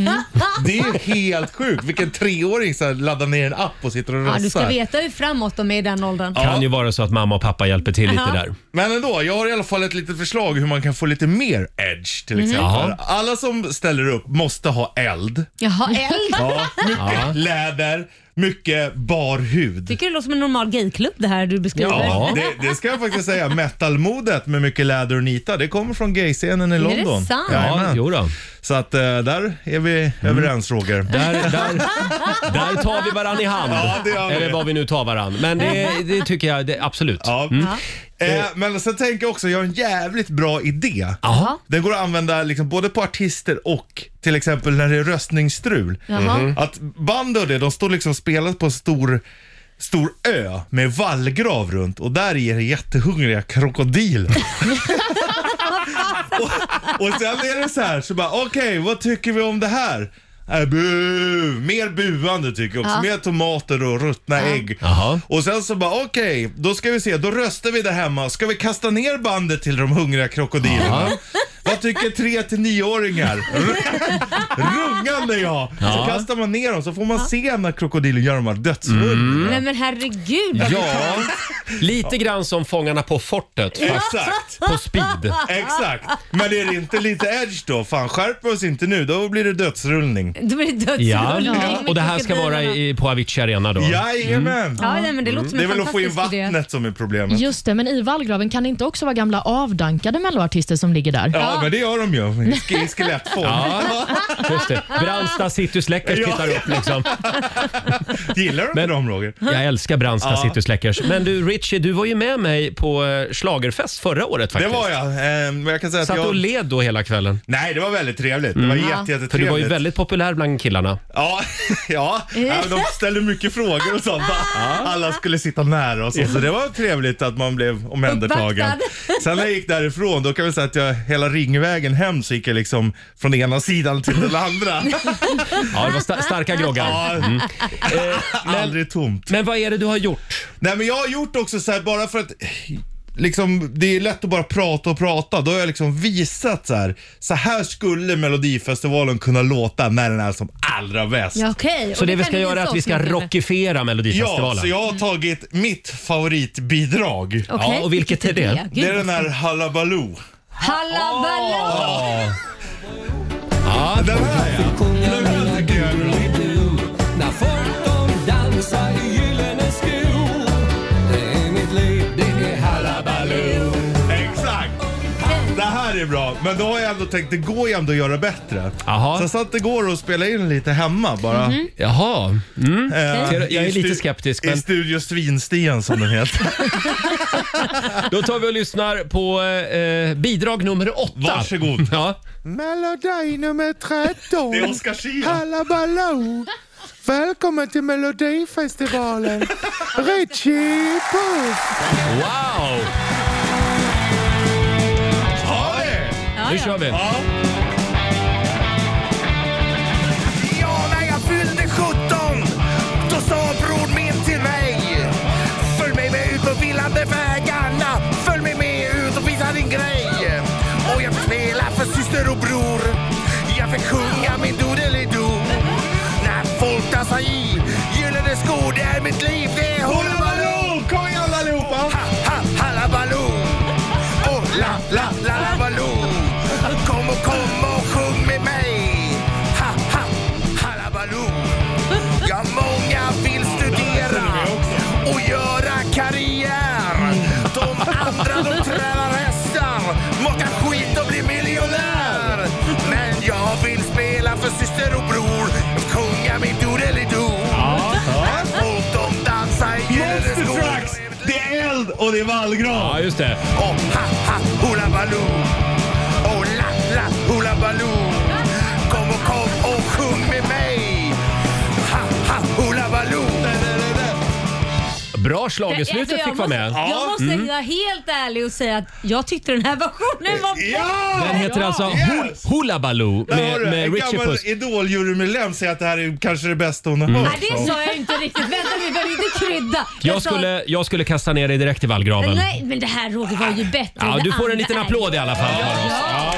är ju helt sjukt. Vilken treåring som laddar ner en app och sitter och
Ja, du ska
röstar.
veta hur framåt de är i den åldern.
Kan ju vara så att mamma och pappa hjälper till lite
Aha.
där.
Men ändå, jag har i alla fall ett litet förslag hur man kan få lite mer edge till
Mhm.
exempel.
Jaha.
Alla som ställer upp måste ha eld.
Jaha, eld?
Ja, mycket läder, mycket bar hud.
Tycker det låter som en normal gayklubb det här du beskriver?
Ja, det, det ska jag faktiskt säga. Metalmodet med mycket läder och nita, det kommer från gayscenen i
Är det
London.
sant?
Jajamän.
Ja, jo då.
Så att eh, där är vi överens Roger.
Mm.
Där, där, där tar vi varann i hand.
Ja, det gör vi.
Eller vad vi nu tar varann. Men det, det tycker jag det, absolut. Mm.
Eh, men sen tänker jag också, jag har en jävligt bra idé.
Aha.
Den går att använda liksom både på artister och till exempel när det är röstningsstrul.
Mm.
Jaha. Mhm.
Att band och det, de står liksom och spelar på en stor stor ö med vallgrav runt och där är det jättehungriga krokodiler. Och sen är det så här, så bara okej, vad tycker vi om det här? Äh, bu. Mer buande tycker jag också.
Ja.
Mer tomater och ruttna ägg. Och sen så bara okej, då ska vi se, då röstar vi där hemma. Ska vi kasta ner bandet till de hungriga krokodilerna? Vad tycker 3 till 9-åringar? Rungande ja!
Ja.
Så kastar man ner dem så får man se när krokodilen gör de här dödsvulmerna.
Mm.
Nej men herregud.
Ja, lite grann som Fångarna på fortet fast
Exakt.
på speed.
Exakt. Men är det inte lite edge då? Fan skärp oss inte nu, då blir det dödsrullning.
Då blir det
Ja,
dödsrullning med
och det här ska vara
krokodilerna.
i, på Avicii Arena då? Mm.
Jajamän.
Ja, nej, men det låter som en
Det är väl att få in
fantastisk idé.
vattnet som är problemet.
Just det, men i vallgraven kan det inte också vara gamla avdankade melloartister som ligger där?
Ja, men det gör de ju. I ske- I skelettform.
Ja, just det. Brandsta citysläckers
Ja.
tittar upp liksom.
Gillar du inte dem Roger?
Jag älskar Brandsta
Ja.
citysläckers. Men du Richie, du var ju med mig på eh, schlagerfest förra året
Det
faktiskt.
var jag. Eh, men jag kan säga
Satt
att jag...
och led då hela kvällen.
Nej, det var väldigt trevligt. Det var
Mm.
jätte,
Ja.
jättetrevligt.
För du var ju väldigt populär bland killarna.
Ja, ja. ja men de ställde mycket frågor och sånt.
Ah.
Alla skulle sitta nära och så. Så det var trevligt att man blev omhändertagen.
Uppvaktad.
Sen när jag gick därifrån, då kan jag väl säga att jag hela ringvägen hem så gick jag liksom från ena sidan till den andra.
Ja, det var sta- starka groggar.
Ja.
Mm.
Aldrig tomt.
Men vad är det du har gjort?
Nej men jag har gjort också så här bara för att Liksom, det är lätt att bara prata och prata. Då har jag liksom visat så här. Så här skulle Melodifestivalen kunna låta när den är som allra bäst.
Ja, okej. Och
Så det
då
vi
kan
ska
du
göra är
visa
att vi
oss
ska
nu, Peter.
rockifiera Melodifestivalen.
Ja, så jag har tagit mitt favoritbidrag.
Ja, och vilket är det?
Det är den här Hallabaloo.
Hallabaloo!
Ja. Ja, den här ja. Den här tycker jag är bra.
När folk de dansar i gyllene skor Det är mitt liv, det är hallabaloo
Exakt! Det här är bra, men då har jag ändå tänkt det går ju ändå att göra bättre. Så jag satt igår och spelade in lite hemma bara.
Mhm. Jaha. Mm.
Eh,
Okej. Jag är
i
lite
stu-
skeptisk,
I
men-
Studio Svinsten som den heter.
Då tar vi och lyssnar på eh, bidrag nummer åtta.
Varsågod.
Ja.
Melodi nummer 13.
Det är Oscar Schia.
Hallabaloo. Välkommen till Melodifestivalen. Richie Puss.
Wow!
Ja, det.
Nu kör vi.
Ja.
Ja, när jag fyllde 17 Då sa bror min till mig Följ med mig ut på villande vägarna Följ med mig ut och visa din grej Och jag fick spela för syster och bror Jag fick sjunga min doodelido När folk dansar i gyllene skor Det är mitt liv, det är hullabaloo Kom igen allihopa! Ha, ha, hallabaloo Oh, la, la, la, la, baloo Kom och kom och sjung med mig Ha, ha, hallabaloo Ja, många vill studera och göra karriär De andra de tränar hästar, matar skit och blir miljonär Men jag vill spela för syster och bror, sjunga min doodelido När folk de dansar i gyllene skor
Monstertracks! Det är eld och det är vallgrav.
Ja, just det.
Oh, ha, ha, hula baloo. Oh, la, la, hula baloo. Kom och kom och sjung med mig. Ha, ha, hula baloo.
Bra
Alltså,
schlagerslutet
jag
fick vara med.
måste- Jag måste
Mm.
vara helt ärlig och säga att jag tyckte den här versionen var bättre.
Den heter alltså Hul- Hula Baloo
Där har
med,
du,
med
en
Richie
gammal
Puss.
idoljurymedlem säger att det här är kanske det bästa hon har
Mm.
hört.
Nej, det sa jag inte riktigt. Vänta nu, vi behöver inte krydda.
Jag
sa-
skulle, jag skulle kasta ner dig direkt i vallgraven.
Alltså- Nej, men det här Roger var ju bättre än
Ja,
det
du får en
andra.
liten applåd i alla fall för oss. Ja.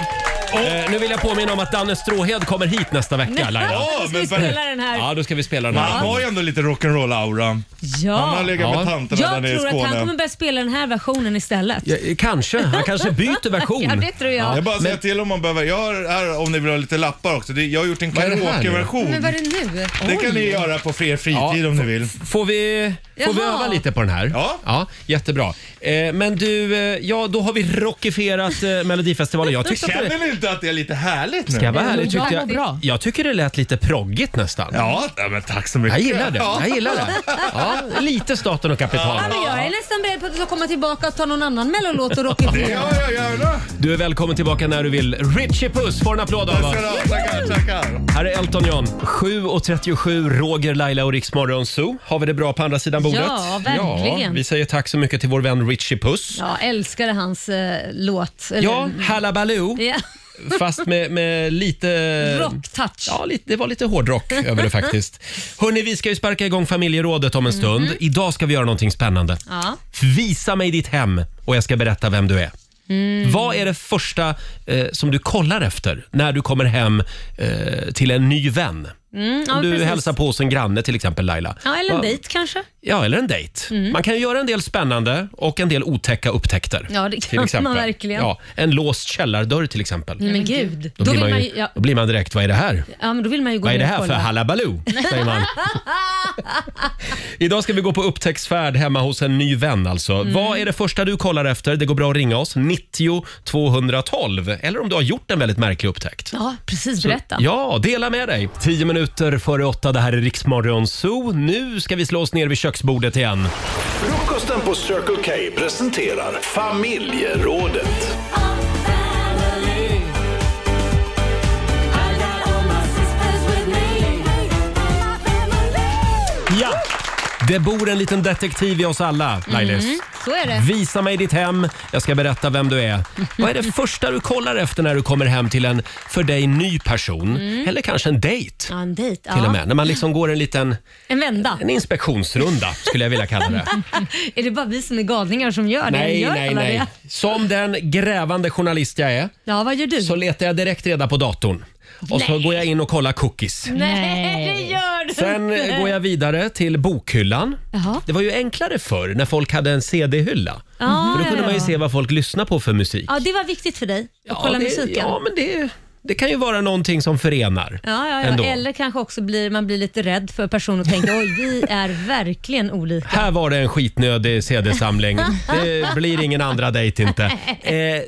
Eh, nu vill jag påminna om att Danne Stråhed kommer hit nästa vecka,
Nej,
Laila.
då ska vi
men-
spela den här.
Ja, då ska vi spela den
Men
här.
han har ju ändå lite rock'n'roll-aura.
Ja.
Han har legat med
Ja.
tanterna där
Jag
nere i
tror att han kommer
Skåne.
börja spela den här versionen istället.
Ja, eh, kanske. Han kanske byter version.
Ja, det tror jag.
Jag bara säger till om man behöver. Jag har här, om ni vill ha lite lappar också. Det- Jag har gjort en
Vad är det här nu?
karaokeversion.
Men vad är det nu?
Det kan ni
Oj.
göra på fler fritid om ni vill.
Får vi, får vi
Jaha.
öva lite på den här? Ja. Jättebra. Eh, men du, eh, ja då har vi rockifierat eh, Melodifestivalen. Jag tyckte att
Känner
det,
ni inte att det är lite härligt nu?
Ska jag vara ärlig, tyckte jag, jag tycker det lät lite proggigt nästan.
Ja, men tack så
Jag gillar det. Jag gillar det. Ja, lite staten och kapitalet.
Ja, men jag är nästan beredd på att du ska komma tillbaka och ta någon annan mellolåt och rocka ifrån.
Det gör jag Du är välkommen tillbaka när du vill. Richie Puss får en applåd av oss.
Tackar, tackar.
Här är Elton John. 7.37, Roger, Laila och Riksmorgon Zoo. Har vi det bra på andra sidan bordet?
Ja, verkligen.
vi säger tack så mycket till vår vän Richie Puss.
Ja, älskade hans eh, låt. eller-
Ja, Hallabaloo.
Ja.
Fast med, med lite...
Rocktouch.
Ja, lite, det var lite hårdrock över det faktiskt. Hörni, vi ska ju sparka igång familjerådet om en stund.
Mhm.
Idag ska vi göra någonting spännande.
Ja.
Visa mig ditt hem och jag ska berätta vem du är.
Mm.
Vad är det första eh, som du kollar efter när du kommer hem eh, till en ny vän?
Mm, ja,
Om du
precis.
hälsar på hos en granne till exempel Laila.
Ja, eller en
Va-
dejt kanske.
Ja, eller en dejt.
Mm.
Man kan ju göra en del spännande och en del otäcka upptäckter.
Ja, det kan
till exempel.
man verkligen. Mm,
Ja, en låst källardörr till exempel.
Men gud.
Då, blir man ju,
ja,
då blir man direkt, vad är det här?
ja, men då vill man ju gå
Vad är
ner
det
och
här för
kolla.
hallabaloo? Säger man. Idag ska vi gå på upptäcktsfärd hemma hos en ny vän alltså.
Mm.
Vad är det första du kollar efter? Det går bra att ringa oss, 90 212. Eller om du har gjort en väldigt märklig upptäckt.
Ja, precis.
Så-
Berätta.
Ja, dela med dig. 10 minuter före åtta, det här är Riksmorgon Zoo. Nu ska vi slå oss ner vid köksbordet igen.
Frukosten på Circle K presenterar familjerådet.
Ja! Det bor en liten detektiv i oss alla, Lailis.
Mm, så är det.
Visa mig ditt hem, jag ska berätta vem du är. Vad är det första du kollar efter när du kommer hem till en för dig ny person?
Mm.
Eller kanske en dejt
Ja, en dejt. Ja.
till och med. När man liksom går en liten
En vända.
en inspektionsrunda skulle jag vilja kalla det.
är det bara vi som är galningar som gör det?
nej,
gör
nej,
alla
nej.
det?
Som den grävande journalist jag är
Ja, vad gör du?
så letar jag direkt reda på datorn. Och så
Mm. Nej.
går jag in och kollar cookies.
Nej, det gör du
Sen eh, går jag vidare till bokhyllan.
Jaha.
Det var ju enklare förr när folk hade en CD-hylla.
Ja,
för då
ja,
kunde man ju
ja.
se vad folk lyssnar på för musik.
Ja, det var viktigt för dig att kolla
det-
musiken.
ja, men det... Det kan ju vara någonting som förenar.
Ja, ja,
ändå.
ja. Eller kanske också blir man blir lite rädd för personen och tänker oj, vi är verkligen olika.
Här var det en skitnödig CD-samling. Det blir ingen andra dejt inte. Eh,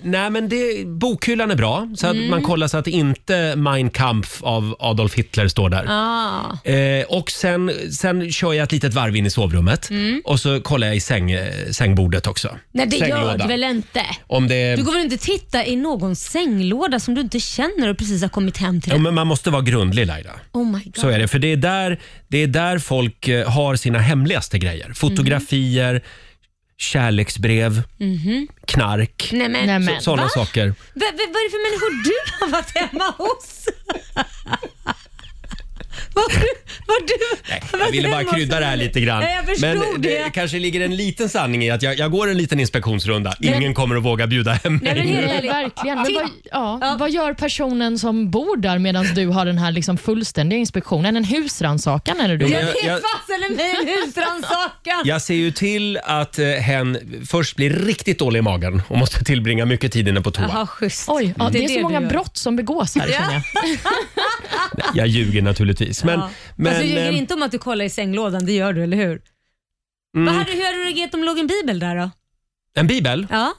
nej men det, bokhyllan är bra, så att
Mm.
man kollar så att inte Mein Kampf av Adolf Hitler står där.
Ah.
Eh, och sen, sen kör jag ett litet varv in i sovrummet
Mm.
och så kollar jag i säng, eh, sängbordet också.
Nej, det gör
Sänglåda.
du väl inte?
Om det,
Du går väl inte titta i någon sänglåda som du inte känner och precis har kommit hem till?
ja, men man måste vara grundlig Laila.
Oh my god.
Så är det, för det är där, det är där folk eh, har sina hemligaste grejer. Fotografier, kärleksbrev,
Mhm.
knark.
Nej, men,
Så- Sådana
Va?
saker.
V- v- vad är det för människor du har varit hemma hos? vad du, vad du Nej,
Jag ville bara krydda det här lite grann.
Ja, jag förstod
Men
det.
det kanske ligger en liten sanning i att jag, jag går en liten inspektionsrunda. Ingen
Men-
kommer att våga bjuda hem mig.
Nej, men helt ärligt, verkligen. Men vad, ja, vad gör personen som bor där medan du har den här liksom fullständiga inspektionen? En husrannsakan eller du?
Jo, men jag- jag-
Fasen mig en husrannsakan!
Jag ser ju till att eh, hen först blir riktigt dålig i magen och måste tillbringa mycket tid inne på toa.
schysst.
Oj, ja,
Mm.
det,
Det är
är så
det
många
du gör.
brott som begås här känner jag.
Jag ljuger naturligtvis. Men,
ja.
men,
Fast du ljuger
eh,
Alltså, inte om att du kollar i sänglådan, det gör du, eller hur? Vad
mm,
hade, hur hade du reagerat om det låg en bibel där då?
en bibel?
Ja.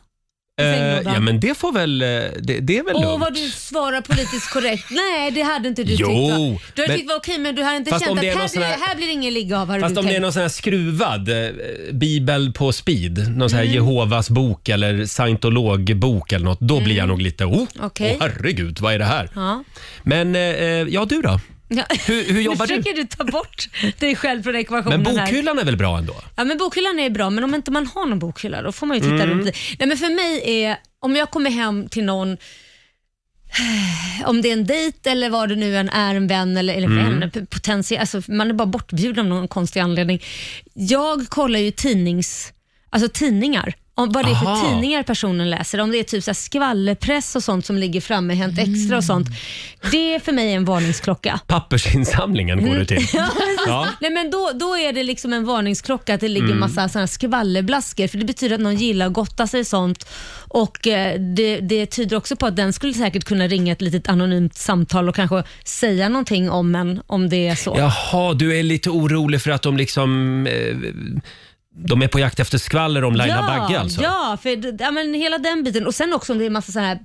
Eh,
sänglådan.
ja, men det får väl... eh, Det, det är väl
Åh,
lugnt.
vad du svarar politiskt korrekt. Nej, det hade inte du
Jo,
tyckt va? Du hade
men-
tyckt var okej, men du hade inte
Fast om
känt att
det är
här,
någon
blir,
sån här-
här blir det ingen ligga av. hade
Fast
du
om det är
tänkt.
någon sån här skruvad eh, bibel på speed, någon sån
Mm.
här Jehovas bok eller scientologbok eller något, då blir jag nog lite oh,
Mm. Okej.
åh, herregud, vad är det här?
Ja.
Men eh, eh, ja, du då?
Ja.
Hur, hur jobbar
nu
du?
försöker du ta bort dig själv från ekvationen
Men
här.
bokhyllan är väl bra ändå?
Ja, men bokhyllan är bra, men om inte man har någon bokhylla då får man ju titta
Mm.
runt. Nej, men för mig är, om jag kommer hem till någon, om det är en dejt eller vad det nu än är, en vän eller, eller
Mm.
vän, potentiell, alltså man är bara bortbjuden av någon konstig anledning. Jag kollar ju tidnings, alltså tidningar. Om vad det är för
Aha.
tidningar personen läser. Om det är typ så här skvallerpress och sånt som ligger framme, Hänt Extra och sånt. Det för mig är en varningsklocka.
Pappersinsamlingen går du till.
Mm. Ja, precis.
Ja.
Nej, men då, då är det liksom en varningsklocka att det ligger
Mm.
massa såna här skvallerblaskor för det betyder att någon gillar att gotta sig i sånt. Och eh, det, det tyder också på att den skulle säkert kunna ringa ett litet anonymt samtal och kanske säga någonting om en om det är så.
Jaha, du är lite orolig för att de liksom... Eh, de är på jakt efter skvaller om Laila Bagge alltså?
Ja, för, d- ja men hela den biten. Och sen också om det är massa sådana här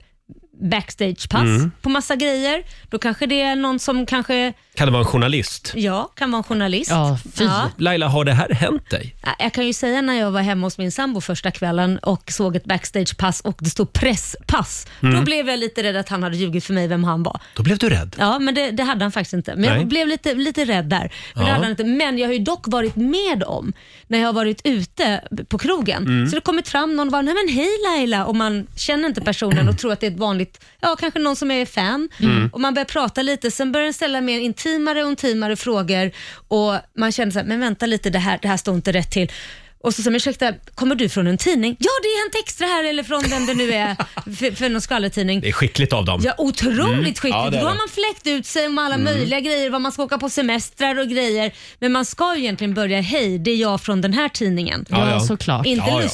backstagepass
Mm.
på massa grejer. Då kanske det är någon som kanske,
Kan det vara en journalist?
ja, kan vara en journalist. Ja.
Laila, har det här hänt dig?
Jag kan ju säga när jag var hemma hos min sambo första kvällen och såg ett backstagepass och det stod presspass. Då
Mm.
blev jag lite rädd att han hade ljugit för mig vem han var.
Då blev du rädd.
Ja, men det, det hade han faktiskt inte. Men
Nej.
jag blev lite, lite rädd där.
Ja.
Men, det hade han inte. men jag har ju dock varit med om, när jag har varit ute på krogen,
Mm.
så det har kommit fram någon och bara, nej men hej Laila, och man känner inte personen och tror att det är ett vanligt, ja kanske någon som är fan.
Mm.
Och man börjar prata lite, sen börjar den ställa mer intimare och intimare frågor och man känner så här, men vänta lite, det här, det här står inte rätt till. Och så säger man, ursäkta, kommer du från en tidning? Ja, det är Hänt Extra här eller från vem det nu är, för, för någon skvallertidning.
Det är skickligt av dem.
Ja, otroligt
Mm.
skickligt.
Ja, det är
Då har
det.
man fläkt ut sig med alla
Mm.
möjliga grejer, vad man ska åka på semestrar och grejer. Men man ska ju egentligen börja, hej, det är jag från den här tidningen. Inte luska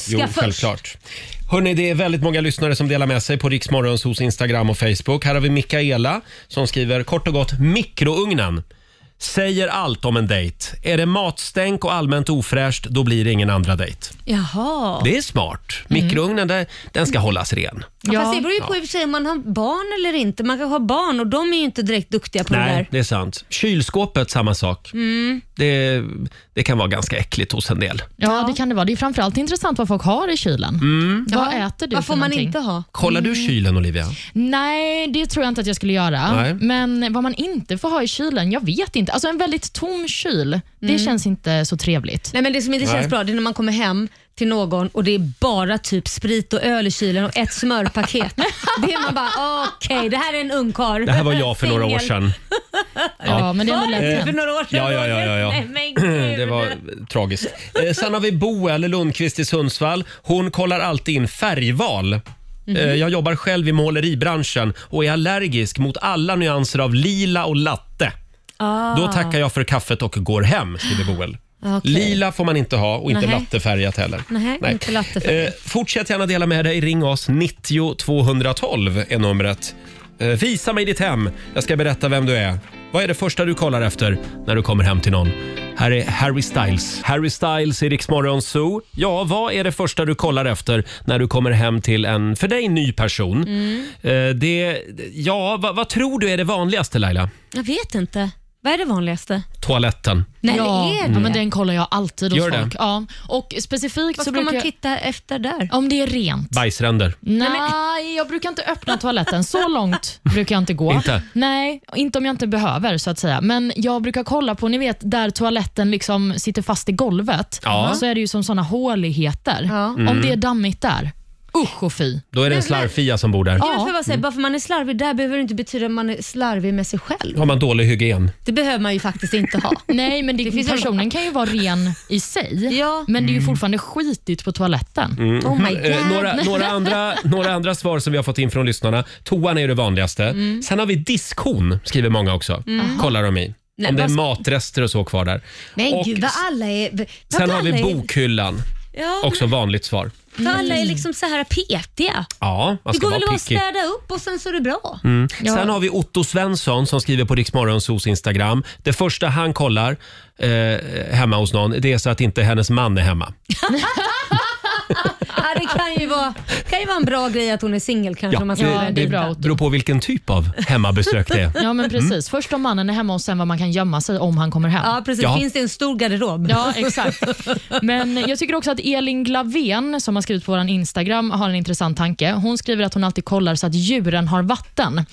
jo,
först.
Självklart. Hörrni, det är väldigt många lyssnare som delar med sig på Riksmorgons hos Instagram och Facebook. Här har vi Mikaela som skriver kort och gott mikrougnen. Säger allt om en dejt. Är det matstänk och allmänt ofräscht, då blir det ingen andra dejt.
Jaha.
Det är smart.
Mm.
Mikrougnen, där, den ska hållas ren.
Ja. Fast det beror ju på
Ja.
i och för sig om man har barn eller inte. Man kan ha barn och de är ju inte direkt duktiga på det
Nej,
där.
det är sant. Kylskåpet, samma sak.
Mm.
Det, det kan vara ganska äckligt hos en del.
Ja, det kan det vara. Det är framförallt intressant vad folk har i kylen.
Mm.
Vad äter du
Vad
för
får man
någonting?
inte ha?
Kollar du
Mm.
kylen, Olivia?
Nej, det tror jag inte att jag skulle göra.
Nej.
Men vad man inte får ha i kylen, jag vet inte. Alltså en väldigt tom kyl, det
Mm.
känns inte så trevligt.
Nej, men det som inte
Nej.
känns bra det är när man kommer hem till någon och det är bara typ sprit och öl i kylen och ett smörpaket. det är man bara, okej, det här är en ungkarl.
Det här var jag för några år
Singel.
sedan. Eh.
Ja, men det är nog
Var
lätt
du
hänt.
för några år
Ja,
sedan?
ja, ja, ja, ja.
Nej, men gud.
Det var tragiskt. Eh, Sen har vi Boel Lundqvist i Sundsvall. Hon kollar alltid in färgval. Eh,
Mhm.
Jag jobbar själv i måleribranschen och är allergisk mot alla nyanser av lila och latte.
Ah.
Då tackar jag för kaffet och går hem, skriver Boel.
Okej.
Lila får man inte ha och inte
Nähä.
lattefärgat heller.
Nej, inte lattefärg.
Eh, fortsätt gärna dela med dig. Ring oss. 90 212 är numret. Eh, visa mig ditt hem. Jag ska berätta vem du är. Vad är det första du kollar efter när du kommer hem till någon? Här är Harry Styles. Harry Styles i Rix Morgon Zoo. Ja, vad är det första du kollar efter när du kommer hem till en, för dig, ny person?
Mm.
Eh, det, ja, vad, vad tror du är det vanligaste, Laila?
Jag vet inte. Vad är det vanligaste?
Toaletten.
Nej,
ja.
det är
ja,
det.
men den kollar jag alltid hos
Gör det?
folk. Ja. Och specifikt
Vad
så
ska
brukar
man
jag...
titta efter där?
Om det är rent.
Bajsränder.
Nej, jag brukar inte öppna toaletten. Så långt brukar jag inte gå.
Inte?
Nej, inte om jag inte behöver. så att säga. Men jag brukar kolla på, ni vet där toaletten liksom sitter fast i golvet,
Ja.
så är det ju som sådana håligheter.
Mm.
Om det är dammigt där, usch och fy.
Då är det en
Men-
slarvfia som bor där.
Ja, för
Mm.
vad säger, bara för man är slarvig där behöver det inte betyda att man är slarvig med sig själv.
Har man dålig hygien?
Det behöver man ju faktiskt inte ha.
Mm.
Nej, men det, personen kan ju vara ren i sig, men det är ju fortfarande skitigt på toaletten.
Mm.
Oh
Eh, några, några, andra, några andra svar som vi har fått in från lyssnarna. Toan är ju det vanligaste.
Mm.
Sen har vi diskhon, skriver många också.
Mm.
Kollar de i.
Nej,
Om det är
vad-
matrester och så kvar där.
Men
Och
gud vad alla är... vad
Sen har
alla
vi
är-
bokhyllan.
Ja,
Också vanligt svar.
men vad alla är liksom så här petiga.
Ja, man
Det
ska
går
vara
väl bara att
picky.
städa upp och sen så är det bra.
Mm.
Ja.
Sen har vi Otto Svensson som skriver på Riksmorgonsos Instagram. Det första han kollar eh, hemma hos någon det är så att inte hennes man är hemma.
Ja, det kan ju, vara, kan ju vara en bra grej att hon är singel kanske. om man ska göra
det
dit.
beror på vilken typ av hemmabesök det är.
Ja, men precis.
Mm.
Först om mannen är hemma och sen vad man kan gömma sig om han kommer hem.
Ja, precis.
Ja.
Finns det en stor garderob?
Ja, exakt. Men jag tycker också att Elin Glavén, som har skrivit på vår Instagram, har en intressant tanke. Hon skriver att hon alltid kollar så att djuren har vatten.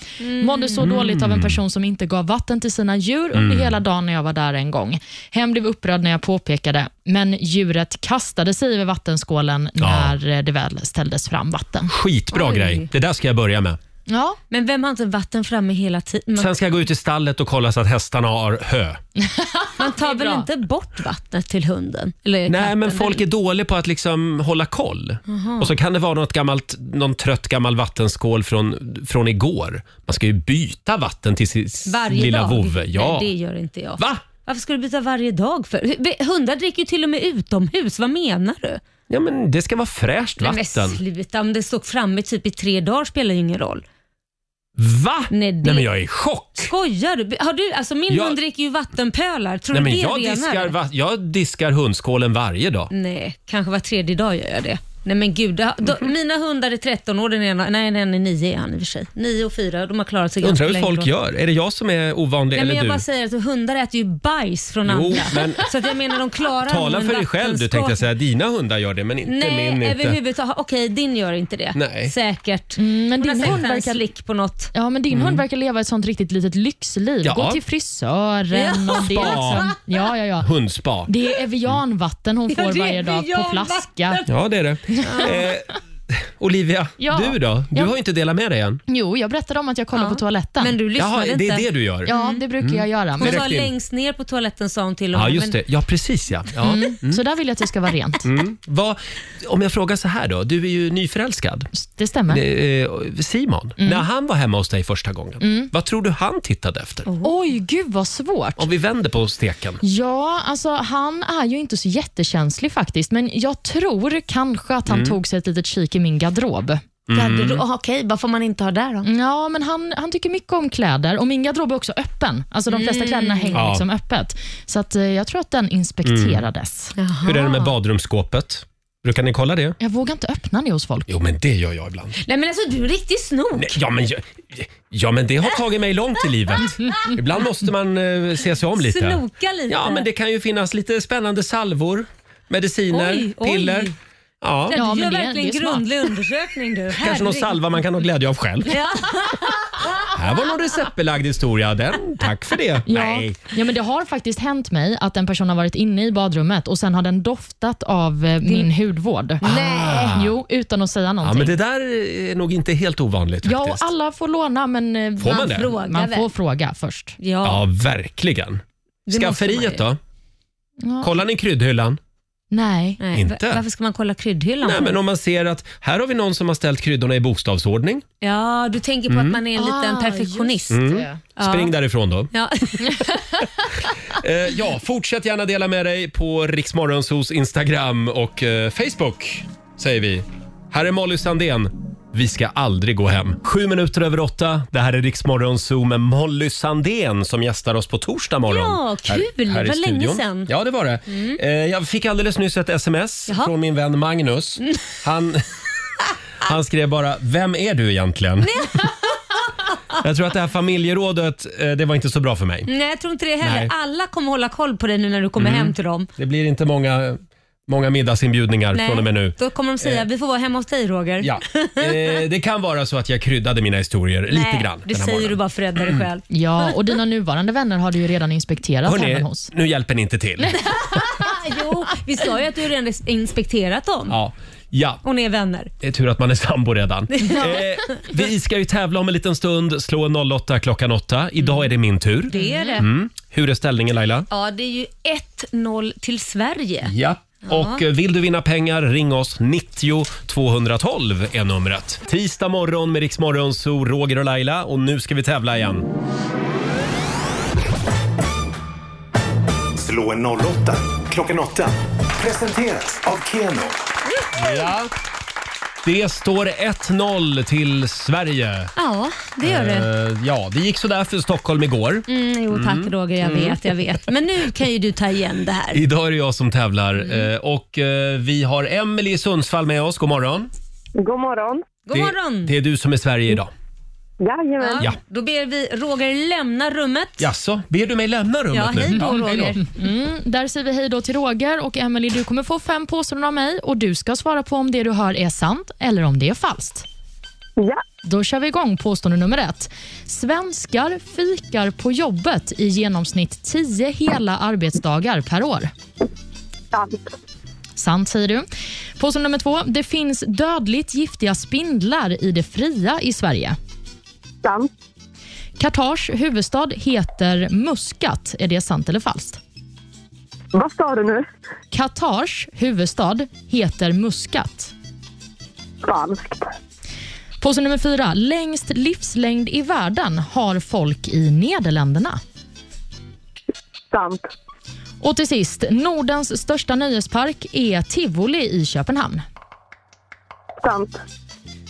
Mådde så
Mm.
dåligt av en person som inte gav vatten till sina djur under
Mm.
hela dagen när jag var där en gång. Hen blev upprörd när jag påpekade, men djuret kastade sig över vattenskålen när eh, det väl ställdes fram vatten.
Skitbra
Oj.
grej. Det där ska jag börja med.
Ja.
Men vem har inte vatten framme hela tiden? Man,
Sen ska jag gå ut i stallet och kolla så att hästarna har hö.
man tar väl inte bort vattnet till hunden? Eller
Nej,
katten, Mhm.
men folk är dåliga på att liksom hålla koll.
Jaha.
Och så kan det vara något gammalt, någon trött gammal vattenskål från, från igår. Man ska ju byta vatten till sin s-
Varje
lilla
dag?
vovve. Ja.
Nej, det gör inte jag.
Va?
Varför ska du byta varje dag för? Hundar dricker ju till och med utomhus. Vad menar du?
ja, men det ska vara fräscht
Nej,
vatten.
Men sluta, om det står framme typ i tre dagar spelar ju ingen roll.
Va?
Nej, det...
Nej, men jag är i chock.
Skojar du? Har du alltså min
Jag-
hund dricker ju vattenpölar. Tror
Nej, men
du det
jag,
är renare?
diskar, va- jag diskar hundskålen varje dag.
Nej, kanske var tredje dag gör jag det. Nej men gud, det har- då,
Mhm.
mina hundar är 13 år, den ena, nej den är 9 är han i och för sig. 9 och 4, de har klarat sig ganska
Undrar hur
länge.
folk
då.
gör. Är det jag som är ovanlig
Nej, men jag
eller
bara
du?
säger att hundar äter ju bajs från
Jo,
andra.
men-
Så att jag menar de klarar nog
Tala
en
för dig själv du tänkte jag säga. Dina hundar gör det men inte
Nej,
min. Inte.
överhuvudtaget. Okej, din gör inte det.
Nej.
Säkert.
men
Hon
din
har säkert
hund
en
verkar-
slick på något.
Ja, men din
Mm.
hund verkar leva ett sånt riktigt litet lyxliv.
Ja.
Gå till frisören
Ja.
och det.
Spa.
Liksom. Ja, ja, ja.
Hundspa.
Det är Evianvatten hon
Ja,
får
det är
varje dag på
Evianvatten.
flaska.
Ja det är det. Eh, Olivia,
Ja.
du då? Du
Ja.
har inte delat med dig än.
Jo, jag berättade om att jag kollar på toaletten. Men
du
lyssnade Jaha, det är inte. det du gör?
Ja,
Mm.
det brukar
Mm.
jag göra.
Hon Det sa räckte in.
Längst ner på toaletten sa hon till
Ja
honom.
just det. Ja precis ja. ja.
Mm. Så där vill jag att det ska vara rent.
Mm. Vad, om jag frågar så här då. Du är ju nyförälskad.
Det stämmer.
Det, eh, Simon,
Mm.
när han var hemma hos dig första gången,
Mm.
vad tror du han tittade efter?
Oj, gud vad svårt.
Om vi vänder på steken.
Ja, alltså han är ju inte så jättekänslig faktiskt, men jag tror kanske att han
Mm.
tog sig ett litet kik i min garderob.
Mm. Garderob-
Okej, vad får man inte ha där då? Ja, men han, han tycker mycket om kläder och min garderob är också öppen. Alltså de flesta
Mm.
kläderna hänger
Ja.
liksom öppet. Så att, eh, jag tror att den inspekterades.
Hur är det med badrumsskåpet? Brukar ni kolla det?
Jag vågar inte öppna det hos folk.
Jo, men det gör jag ibland.
Nej men alltså du är riktigt snok.
Nej, Ja, men, jag- ja, men det har tagit mig långt i livet. Ibland måste man eh, se sig om lite.
Snoka lite.
Ja, men det kan ju finnas lite spännande salvor, mediciner,
Oj, oj.
piller. Ja.
Ja, du gör verkligen grundlig undersökning du.
Kanske någon
Herregud.
salva man kan ha glädje av själv.
Ja.
Här var någon receptbelagd historia. Den, tack för det.
Ja.
Nej.
ja, men det har faktiskt hänt mig att en person har varit inne i badrummet och sen har den doftat av eh, min hudvård. Ah.
Nej.
Jo, utan att säga
Ja,
någonting.
men det där är nog inte helt ovanligt
Ja, och
faktiskt.
alla får låna, men eh,
Får man det?
man får fråga först.
Ja, verkligen.
Det måste
Skafferiet då?
Ja.
Kollar ni kryddhyllan?
Nej.
Nej,
Inte?
va- Varför ska man kolla kryddhyllan?
Nej, men om man ser att här har vi någon som har ställt kryddorna i bokstavsordning.
Ja, du tänker på
Mm.
att man är en liten perfektionist.
Mm.
Ja.
Spring därifrån då.
Ja.
Eh, ja, fortsätt gärna dela med dig på Riksmorgonsos Instagram och eh, Facebook, säger vi. Här är Molly Sandén. Vi ska aldrig gå hem. Sju minuter över åtta. Det här är Riksmorgonso med Molly Sandén som gästar oss på torsdag morgon.
Ja, kul.
i
Vad länge
studion.
sedan.
Ja, det var det.
Mm.
Eh, jag fick alldeles nyss ett sms
Jaha. Mm.
från min vän Magnus. Han, han skrev bara, vem är du egentligen? Jag tror att det här familjerådet, eh, det var inte så bra för mig.
Nej, jag tror inte det heller.
Nej.
Alla kommer hålla koll på dig nu när du kommer
Mm.
hem till dem.
Det blir inte många, många middagsinbjudningar
Nej,
från och med nu.
Då kommer de säga,
Eh.
vi får vara hemma hos dig Roger.
Ja. Eh, det kan vara så att jag kryddade mina historier lite
Nej,
grann
Det
den här
säger
morgonen. Mm.
du bara för att rädda dig själv.
Ja, och dina nuvarande vänner har du ju redan inspekterat hemma
Hörrni,
hos.
nu hjälper ni inte till.
jo, vi sa ju att du redan inspekterat dem
Ja. ja,
och ni är vänner.
det är tur att man är sambo redan.
Ja.
Eh, vi ska ju tävla om en liten stund, slå en 08 klockan 8.
Mm.
Idag är det min tur.
Det är det.
Mm. Hur är ställningen Laila?
Ja, det är ju 1-0 till Sverige.
Ja.
Ja.
Och eh, vill du vinna pengar, ring oss. 90 212 är numret. Tisdag morgon med Rix Morgon, så Roger och Laila. Och nu ska vi tävla igen.
Slå en 08 klockan 8. Presenteras av Keno.
Ja. Det står 1-0 till Sverige.
Ja, det gör det.
Eh, Ja, det gick sådär för Stockholm igår.
Mm, jo tack
Mm.
Roger, jag
Mm.
vet, jag vet. Men nu kan ju du ta igen det här.
Idag är det jag som tävlar eh, och eh, vi har Emelie i Sundsvall med oss. God morgon.
God morgon. God
det,
morgon.
Det är du som är Sverige idag.
Jajamän.
Ja.
Då ber vi Roger lämna rummet.
Jaså, ber du mig lämna rummet
Ja,
nu?
hej då,
hej då.
Roger. Mm, där säger vi hej då till Roger och Emily. Du kommer få fem påståenden av mig och du ska svara på om det du hör är sant eller om det är falskt. Ja. Då kör vi igång påstående nummer ett. Svenskar fikar på jobbet i genomsnitt 10 hela arbetsdagar per år. Sant. Sant säger du. Påstående nummer två. Det finns dödligt giftiga spindlar i det fria i Sverige. Sant. Qatars huvudstad heter Muscat. Är det sant eller falskt? Vad sa du nu? Qatars huvudstad heter Muscat. Falskt. Påse nummer fyra. Längst livslängd i världen har folk i Nederländerna. Sant. Och till sist, Nordens största nöjespark är Tivoli i Köpenhamn. Sant.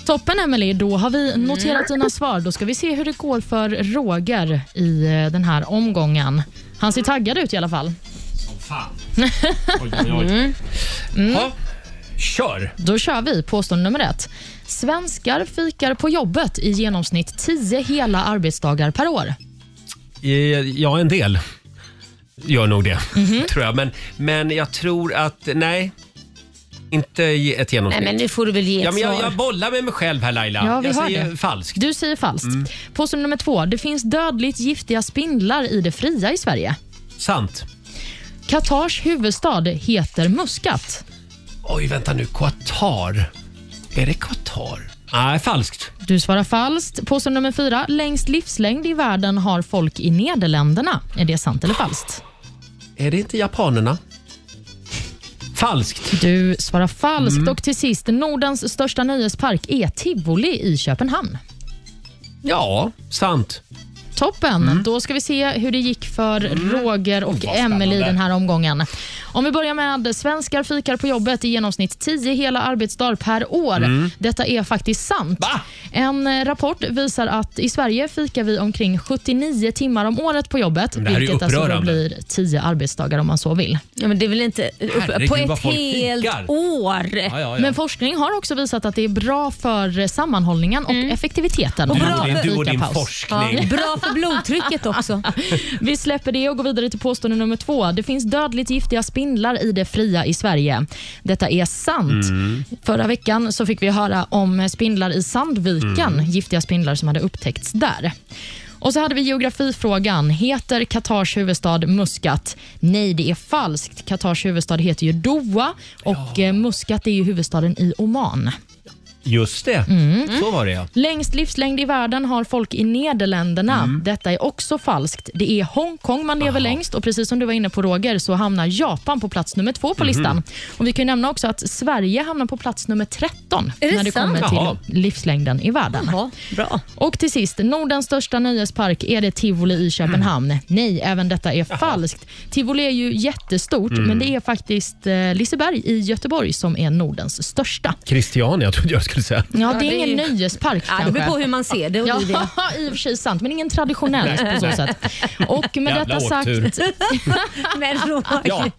Toppen Emily, då har vi noterat dina svar. Då ska vi se hur det går för Roger i eh, den här omgången. Han ser taggad ut i alla fall.
Som fan.
Mm. Mm.
Ja, Kör!
Då kör vi påstående nummer ett. Svenskar fikar på jobbet i genomsnitt 10 hela arbetsdagar per år.
Eh, Ja, en del gör nog det, tror jag. Men, men jag tror att, nej. Inte ge- ett genomsnitt.
Nej, men nu får du väl ge ett
ja, men jag,
svar.
jag bollar med mig själv här Laila.
Ja, vi
jag
hör
säger
det.
falskt.
Du säger falskt.
Mm.
Påstående nummer två. Det finns dödligt giftiga spindlar i det fria i Sverige.
Sant.
Qatars huvudstad heter Muscat.
Oj, vänta nu. Qatar. Är det Qatar? Nej, falskt.
Du svarar falskt. Påstående nummer fyra. Längst livslängd i världen har folk i Nederländerna. Är det sant eller falskt?
Är det inte japanerna? Falskt.
Du svarar falskt. Och till sist, Nordens största nöjespark är Tivoli i Köpenhamn.
Ja, sant.
Toppen!
Mm.
Då ska vi se hur det gick för Roger och Emelie i den här omgången. Om vi börjar med svenskar fikar på jobbet i genomsnitt 10 hela arbetsdagar per år.
Mm.
Detta är faktiskt sant. En eh, rapport visar att i Sverige fikar vi omkring 79 timmar om året på jobbet,
Men det här är ju
vilket alltså då
upprörande.
blir 10 arbetsdagar om man så vill.
Ja, men det är väl inte
Herregud,
på ett
vad folk
helt
fikar.
år.
Men forskning har också visat att det är bra för eh, sammanhållningen och effektiviteten.
Mm. Och
om
bra
man
för-
har
Du och din
fikapaus.
forskning. Ja, bra för blodtrycket också.
Vi släpper det och går vidare till påstående nummer två. Det finns dödligt giftiga spindlar i det fria i Sverige. Detta är sant.
Mm.
Förra veckan så fick vi höra om spindlar i Sandviken,
Mm.
giftiga spindlar som hade upptäckts där. Och så hade vi geografifrågan. Heter Qatars huvudstad Muscat? Nej, det är falskt. Qatars huvudstad heter ju Doha och eh, Muscat är ju huvudstaden i Oman.
Just det.
Mm.
Så var det ja.
Längst livslängd i världen har folk i Nederländerna.
Mm.
Detta är också falskt. Det är Hongkong man lever längst och precis som du var inne på Roger så hamnar Japan på plats nummer två på
Mhm.
listan. Och Vi kan ju nämnna också att Sverige hamnar på plats nummer 13
Är det
när det
sant?
kommer till
Jaha.
livslängden i världen.
bra.
Och till sist, Nordens största nöjespark, är det Tivoli i Köpenhamn?
Mm.
Nej, även detta är falskt. Tivoli är ju jättestort,
Mm.
men det är faktiskt eh, Liseberg i Göteborg som är Nordens största.
Christiania jag trodde jag skulle säga.
Ja, det är ingen nöjespark
Ja, det
kanske.
beror på hur man ser det och
ja,
det är
i och för sig sant, men ingen traditionell
Nej.
på så sätt. Och med
Jävla
detta sagt...
åktur. Men Roger.
Ja.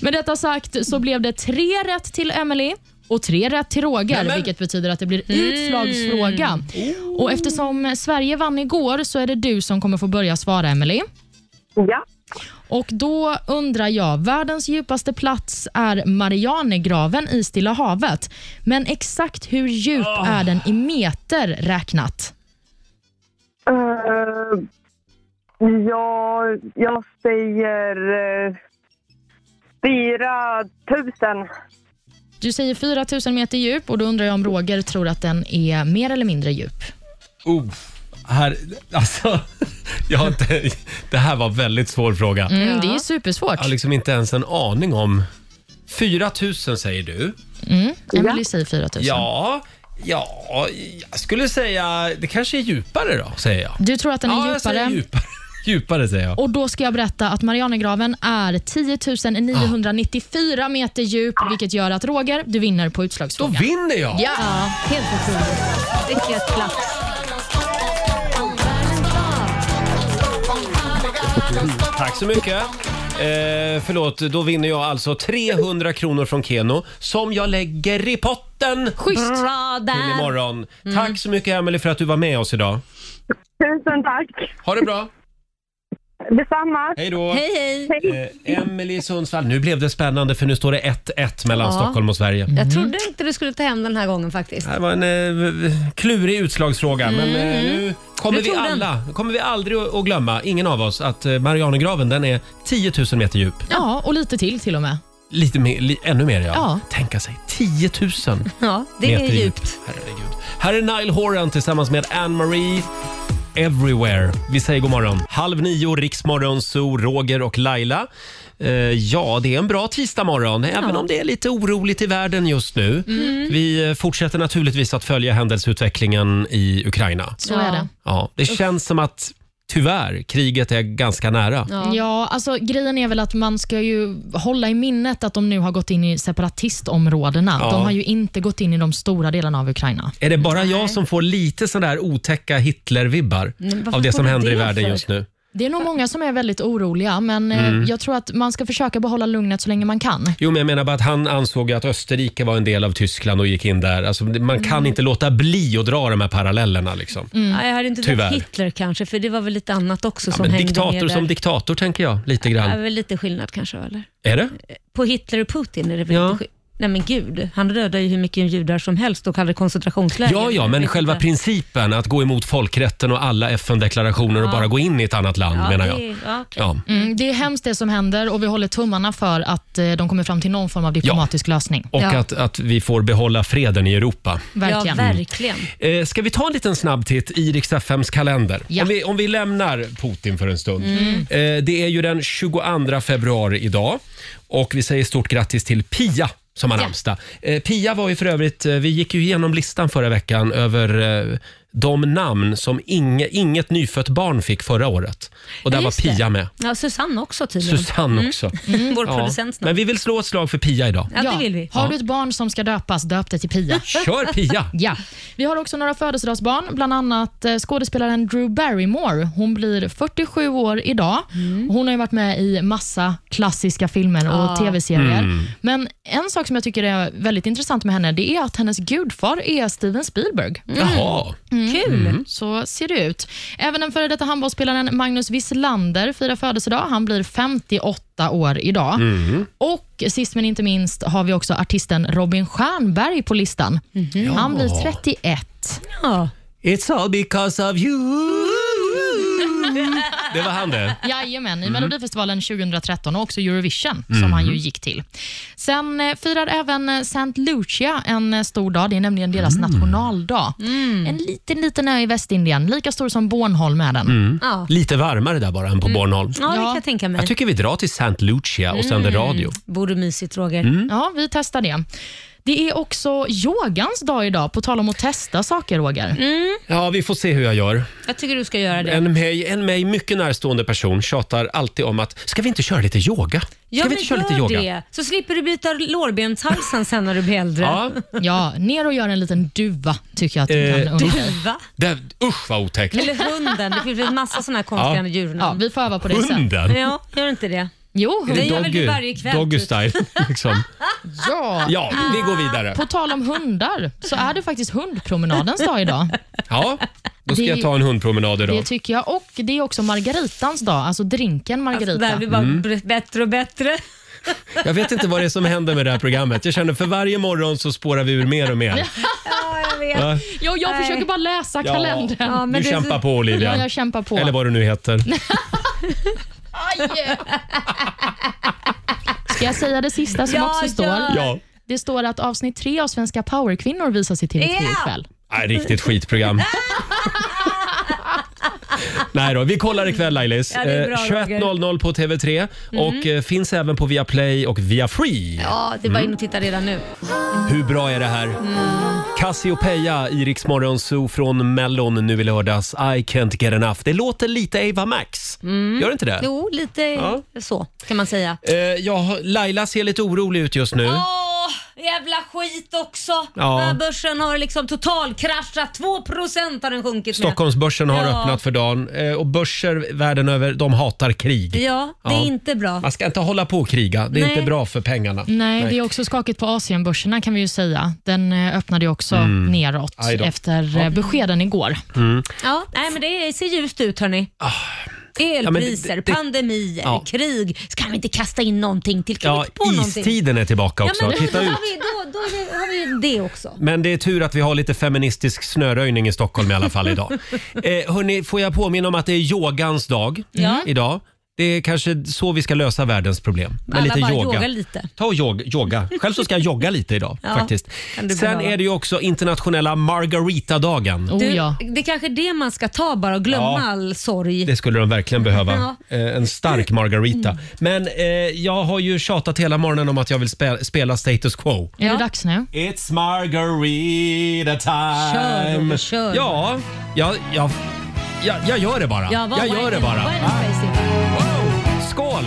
Med detta sagt så blev det tre rätt till Emily och tre rätt till Roger,
Nämen.
vilket betyder att det blir utslagsfråga. Och Eftersom Sverige vann igår så är det du som kommer få börja svara, Emily.
Ja.
Och Då undrar jag, världens djupaste plats är Marianergraven i Stilla havet. Men exakt hur djup är den i meter räknat?
Eh, ja, jag säger uh, 4 000.
Du säger 4 000 meter djup och då undrar jag om Roger tror att den är mer eller mindre djup.
Oh, här, alltså, jag har inte, det här var en väldigt svår fråga.
Mm, Det är supersvårt.
Jag har liksom inte ens en aning om. 4 000 säger du.
Mm. Emily säger 4 000.
Ja, ja, jag skulle säga, det kanske är djupare då, säger jag.
Du tror att den är
ja, jag
djupare?
säger djupare. djupare säger jag.
Och Då ska jag berätta att Marianergraven är 10 994 meter djup, vilket gör att Roger, du vinner på utslagsfrågan.
Då vinner jag!
Ja, helt otroligt. Vilket plats.
Tack så mycket. Eh, förlåt, då vinner jag alltså 300 kronor från Keno som jag lägger i potten
Schysst. Bra
till
där.
imorgon.
Mm.
Tack så mycket Emelie för att du var med oss idag.
Tusen tack.
Ha det bra.
Detsamma.
Hej då.
Hej,
hej.
Eh, Emelie Sundsvall, nu blev det spännande för nu står det 1-1 mellan
Ja.
Stockholm och Sverige.
Jag trodde inte du skulle ta hem den här gången faktiskt.
Det här var en eh, klurig utslagsfråga men eh, nu kommer
Du
vi
tog den.
alla, kommer vi aldrig att att glömma, ingen av oss, att eh, Marianergraven den är 10 000 meter djup.
Ja, och lite till till och med.
Lite mer, li, ännu mer ja.
Ja.
Tänka sig 10 000
Ja, det är
meter
djupt.
Herregud. Här är Nile Horan tillsammans med Anne-Marie Everywhere. Vi säger god morgon. Halv nio, Riksmorgon, Zoo, Roger och Laila. Eh, ja, det är en bra tisdagmorgon, även om det är lite oroligt i världen just nu.
Mm.
Vi eh, fortsätter naturligtvis att följa händelseutvecklingen i Ukraina.
Så är det.
Ja, det känns som att, tyvärr, kriget är ganska nära.
Ja. alltså grejen är väl att man ska ju hålla i minnet att de nu har gått in i separatistområdena.
Ja.
De har ju inte gått in i de stora delarna av Ukraina.
Är det bara jag som får lite sådana här otäcka Hitler-vibbar
Men varför
av det
får
som
du
händer i
det
världen
för?
just nu?
Det är nog många som är väldigt oroliga, men eh,
Mm.
jag tror att man ska försöka behålla lugnet så länge man kan.
Jo, men jag menar bara att han ansåg att Österrike var en del av Tyskland och gick in där. Alltså, det- man kan
Mm.
inte låta bli att dra de här parallellerna liksom.
Ja, jag hade inte
Tyvärr.
dragit Hitler kanske, för det var väl lite annat också som
Men
hängde
diktator
med
som
där.
diktator tänker jag lite
Det är
grann.
väl lite skillnad kanske, eller?
Är det?
På Hitler och Putin är det väl inte skill- Nej men gud, han dödade ju hur mycket judar som helst och hade koncentrationsläger.
Ja, ja, men själva principen att gå emot folkrätten och alla FN-deklarationer och
Ja.
bara gå in i ett annat land menar jag. Ja.
mm, det är hemskt det som händer och vi håller tummarna för att eh, de kommer fram till någon form av diplomatisk lösning.
Och att, att vi får behålla freden i Europa.
Verkligen.
Mm. Eh, ska vi ta en liten snabb titt i Rix FMs kalender? Om, vi, om vi lämnar Putin för en stund.
Mm.
Eh, det är ju den 22 februari idag och vi säger stort grattis till Pia som har
Ja.
namnsdag. Eh, Pia var ju för övrigt, eh, vi gick ju igenom listan förra veckan över eh, de namn som inge, inget nyfött barn fick förra året. Och där
Ja,
var
just
Pia
det.
med.
Ja, Susanne också tydligen.
Susanne
Mm.
också.
Mm. Vår
Ja.
producent
Men vi vill slå ett slag för Pia idag.
Ja, Har du ett barn som ska döpas, döp det till Pia.
Kör Pia!
Mm.
ja. Vi har också några födelsedagsbarn, bland annat eh, skådespelaren Drew Barrymore. Hon blir 47 år idag. Hon har ju varit med i massa klassiska filmer och
Ja.
tv-serier.
Mm.
Men en sak som jag tycker är väldigt intressant med henne, det är att hennes gudfar är Steven Spielberg.
Jaha.
Kul!
Mm.
Så ser det ut. Även den före detta handbollsspelaren Magnus Wislander firar födelsedag. Han blir 58 år idag.
Mm.
Och sist men inte minst har vi också artisten Robin Stjernberg på listan. Han blir 31.
It's all because of you Det var han det.
Jajamän, i
Mm.
Melodifestivalen 2013 och också Eurovision
Mm.
som han ju gick till. Sen eh, firar även eh, St. Lucia en eh, stor dag. Det är nämligen deras nationaldag. En liten, liten ö i Västindien, lika stor som Bornholm är den.
Mm. Lite varmare där bara än
Mm.
på Bornholm.
Ja, det kan jag
tänka mig.
Jag tycker vi drar till St. Lucia och sänder
Mm.
radio.
Vore mysigt, Roger.
Mm.
Ja, vi testar det. Det är också yogans dag idag, på tal om att testa saker, Roger.
Ja, vi får se hur jag gör.
Jag tycker du ska göra det.
En mig, en mig mycket närstående person tjatar alltid om att ska vi inte köra lite yoga? Ska
Ja,
vi
men
inte köra
gör
lite yoga?
det. Så slipper du byta lårbenshalsen sen när du blir äldre.
Ja.
ja, ner och gör en liten duva tycker jag att du
Eh,
kan unna dig.
Duva?
Det, usch vad otäckt.
Eller hunden. Det finns en massa såna här konstiga
Ja.
djurnamn.
Ja, vi får öva på
det sen. Hunden?
Ja, gör inte det?
Jo,
Är det
Den gör väl
doggy,
det varje kväll.
doggy
typ.
style? Liksom.
Ja.
Ja, vi går vidare.
På tal om hundar så är det faktiskt hundpromenadens dag idag.
Ja, då ska
Det-
jag ta en hundpromenad
Det
idag.
tycker jag. Och det är också margaritans dag, alltså drinken margarita.
Alltså, där vi bara
Mm.
br- bättre och bättre.
Jag vet inte vad det är som händer med det här programmet. Jag känner för varje morgon så spårar vi ur mer och mer.
ja, jag vet.
Va?
Jo, jag försöker bara läsa
Ja.
kalendern.
Ja, men Du det- kämpar på, Olivia.
Ja, jag kämpar på.
Eller vad du nu heter.
Ska jag säga det sista som
Ja,
också står?
gör.
Ja.
Det står att avsnitt tre av Svenska powerkvinnor visas i TV3
Ja.
ikväll.
Nej, riktigt skitprogram. Nej då, vi kollar ikväll Lailis.
Ja, det är bra,
Eh, 21.00 på TV3
Mm.
och eh, finns även på Viaplay och via Free.
Ja, det är bara in och
Mm.
titta redan nu.
Hur bra är det här?
Mm.
Cassiopeia i Rix Morgon Zoo från Mellon nu i lördags. I can't get enough. Det låter lite Ava Max. Gör det inte det?
Mm. Jo, lite
Ja.
så kan man säga.
Eh, jag har- Laila ser lite orolig ut just nu.
Åh, jävla skit också!
Ja.
Den här Börsen har liksom totalkraschat. 2% har den sjunkit med.
Stockholmsbörsen har
Ja.
öppnat för dagen eh, och börser världen över, de hatar krig.
Ja, det är
Ja.
inte bra.
Man ska inte hålla på och kriga. Det är
Nej.
inte bra för pengarna.
Nej, det är också skakigt på Asienbörserna kan vi ju säga. Den eh, öppnade ju också
Mm.
neråt
Aj då.
efter eh, beskeden igår.
Mm.
Ja, nej men det ser ljust ut hörni.
Ah. men det-
Elpriser,
det-
pandemier,
Ja.
krig. Ska vi inte kasta in någonting till? Kan vi
Ja,
inte på någonting?
istiden är tillbaka också.
Ja, men då,
Titta
då,
ut.
Har vi, då, då är det- har vi det också.
Men det är tur att vi har lite feministisk snöröjning i Stockholm i alla fall idag. Eh, hörni, får jag påminna om att det är yogans dag
Ja.
idag. Det är kanske så vi ska lösa världens problem. Med
Alla
lite
bara
yoga.
yogar lite.
Ta och yoga, yoga. Själv så ska jag jogga lite idag
Ja,
faktiskt.
kan du
Sen
behöva.
är det ju också internationella margarita-dagen.
Oh,
Du, Det är kanske är det man ska ta bara och glömma
Ja.
all sorg.
Det skulle de verkligen behöva.
Ja. Mm.
Eh, En stark margarita. Men eh, jag har ju tjatat hela morgonen om att jag vill spe- spela status quo.
Är det dags nu?
It's margarita
Kör,
time.
Roger, kör.
Ja, jag, jag, jag, jag gör det bara.
Ja, vad-
jag
vad
gör
är
det bara.
vad är crazy?
Skål!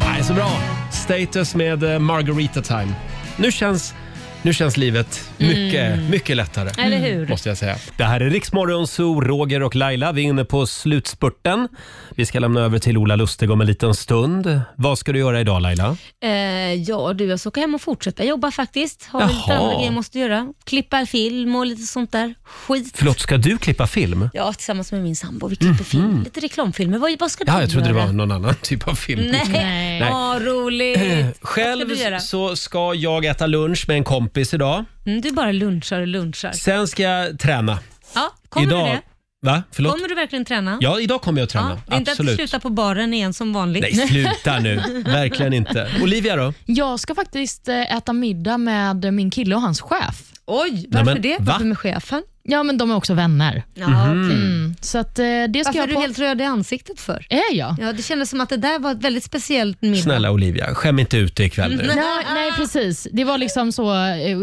Nej, så bra. Status med eh, margarita time. Nu känns Nu känns livet mycket, mycket lättare.
Mm.
Mm.
Eller hur?
Måste jag säga. Det här är Riksmorgon Zoo, Roger och Laila. Vi är inne på slutspurten. Vi ska lämna över till Ola Lustig om en liten stund. Vad ska du göra idag Laila?
Eh, ja du, jag ska åka hem och fortsätta jobba faktiskt. Har väl lite
Jaha.
andra grejer jag måste göra. Klippa film och lite sånt där skit.
Förlåt, ska du klippa film?
Ja, tillsammans med min sambo. Vi klipper film.
Mhm.
Lite reklamfilmer. Vad, vad ska du
Ja, jag trodde det
göra?
var någon annan typ av film.
Nej,
Nej.
Eh,
Eh,
Ja, roligt. Vad ska
Själv
du göra?
så ska jag äta lunch med en kompis idag.
Mm, du bara lunchar och lunchar.
Sen ska jag träna.
Ja, kommer
idag...
du det?
Va? Förlåt?
Kommer du verkligen träna?
Ja, idag kommer jag att
Ja,
träna.
det är inte att
Absolut.
du slutar på baren igen som vanligt.
Nej, sluta nu. Verkligen inte. Olivia då?
Jag ska faktiskt eh, äta middag med min kille och hans chef.
Oj,
varför men, det? Varför va?
med chefen? Ja, men de är också vänner.
Ja, okej.
Mm, så att, eh, det ska
Varför är
jag
du
på...
helt röd i ansiktet för?
Är jag?
Ja, det kändes som att det där var ett väldigt speciellt middag.
Snälla Olivia, skäm inte ut dig ikväll nu.
Nej, nej, precis. Det var liksom så... eh,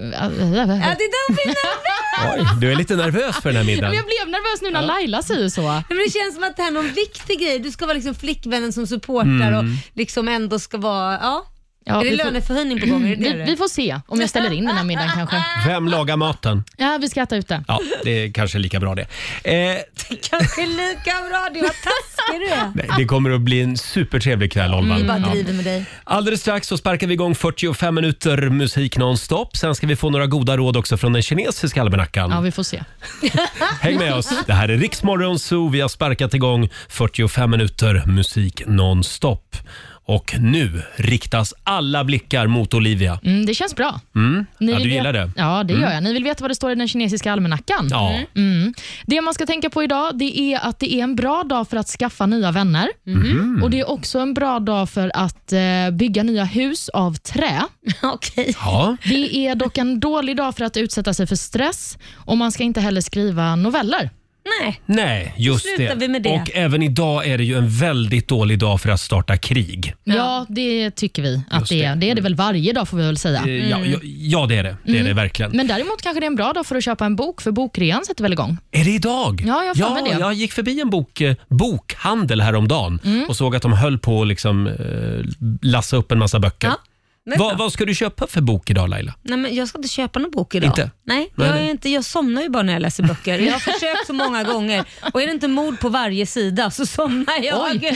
Ja, det där blir
Oj, du är lite nervös för den här
Men
middagen.
jag blev nervös nu när
Ja.
Laila säger så.
Nej, men det känns som att det här är någon viktig grej. Du ska vara liksom flickvännen som supportar
Mm.
och liksom ändå ska vara... Ja.
Ja,
är det
vi får-
löneförhöjning på gång? Är det det
Vi, vi får se om jag ställer in den här middagen kanske.
Vem lagar maten?
Ja, vi ska äta ute.
Ja, det är kanske lika bra det. Eh,
Kanske lika bra. Det var taskig du är.
nej, det kommer att bli en supertrevlig kväll, Olva.
Vi bara
Ja.
driver med dig.
Alldeles strax så sparkar vi igång 45 minuter musik nonstop. Sen ska vi få några goda råd också från den kinesiska almanackan.
Ja, vi får se.
Häng med oss. Det här är Riksmorgon Zoo. Vi har sparkat igång 45 minuter musik nonstop. Och nu riktas alla blickar mot Olivia.
Mm, det känns bra.
Mm.
Ni
Ja,
vill
du
veta-
gillar det?
Ja, det gör
Mm.
jag. Ni vill veta vad det står i den kinesiska almanackan?
Ja.
Mm. Det man ska tänka på idag det är att det är en bra dag för att skaffa nya vänner.
Mhm.
Och Det är också en bra dag för att eh, bygga nya hus av trä.
Okej.
Ja.
Det är dock en dålig dag för att utsätta sig för stress och man ska inte heller skriva noveller.
Nej.
Nej, just det.
Slutar vi med det?
Och även idag är det ju en väldigt dålig dag för att starta krig.
Ja, det tycker vi att det är.
Mm.
Det är det väl varje dag får vi väl säga.
Eh, Ja, ja, ja, det är det. Det är det
Mm.
verkligen.
Men däremot kanske det är en bra dag för att köpa en bok, för bokrean sätter väl igång?
Är det idag?
Ja, jag har för
ja,
mig det.
jag gick förbi en bok, eh, bokhandel häromdagen
Mm.
och såg att de höll på att liksom, eh, lassa upp en massa böcker.
Ja, men
Vad-
bra.
vad ska du köpa för bok idag Laila?
Nej, men jag ska inte köpa någon bok idag.
Inte?
Nej,
Nej,
jag,
nej.
är inte, jag somnar ju bara när jag läser böcker. Jag har försökt så många gånger och är det inte mord på varje sida så somnar jag.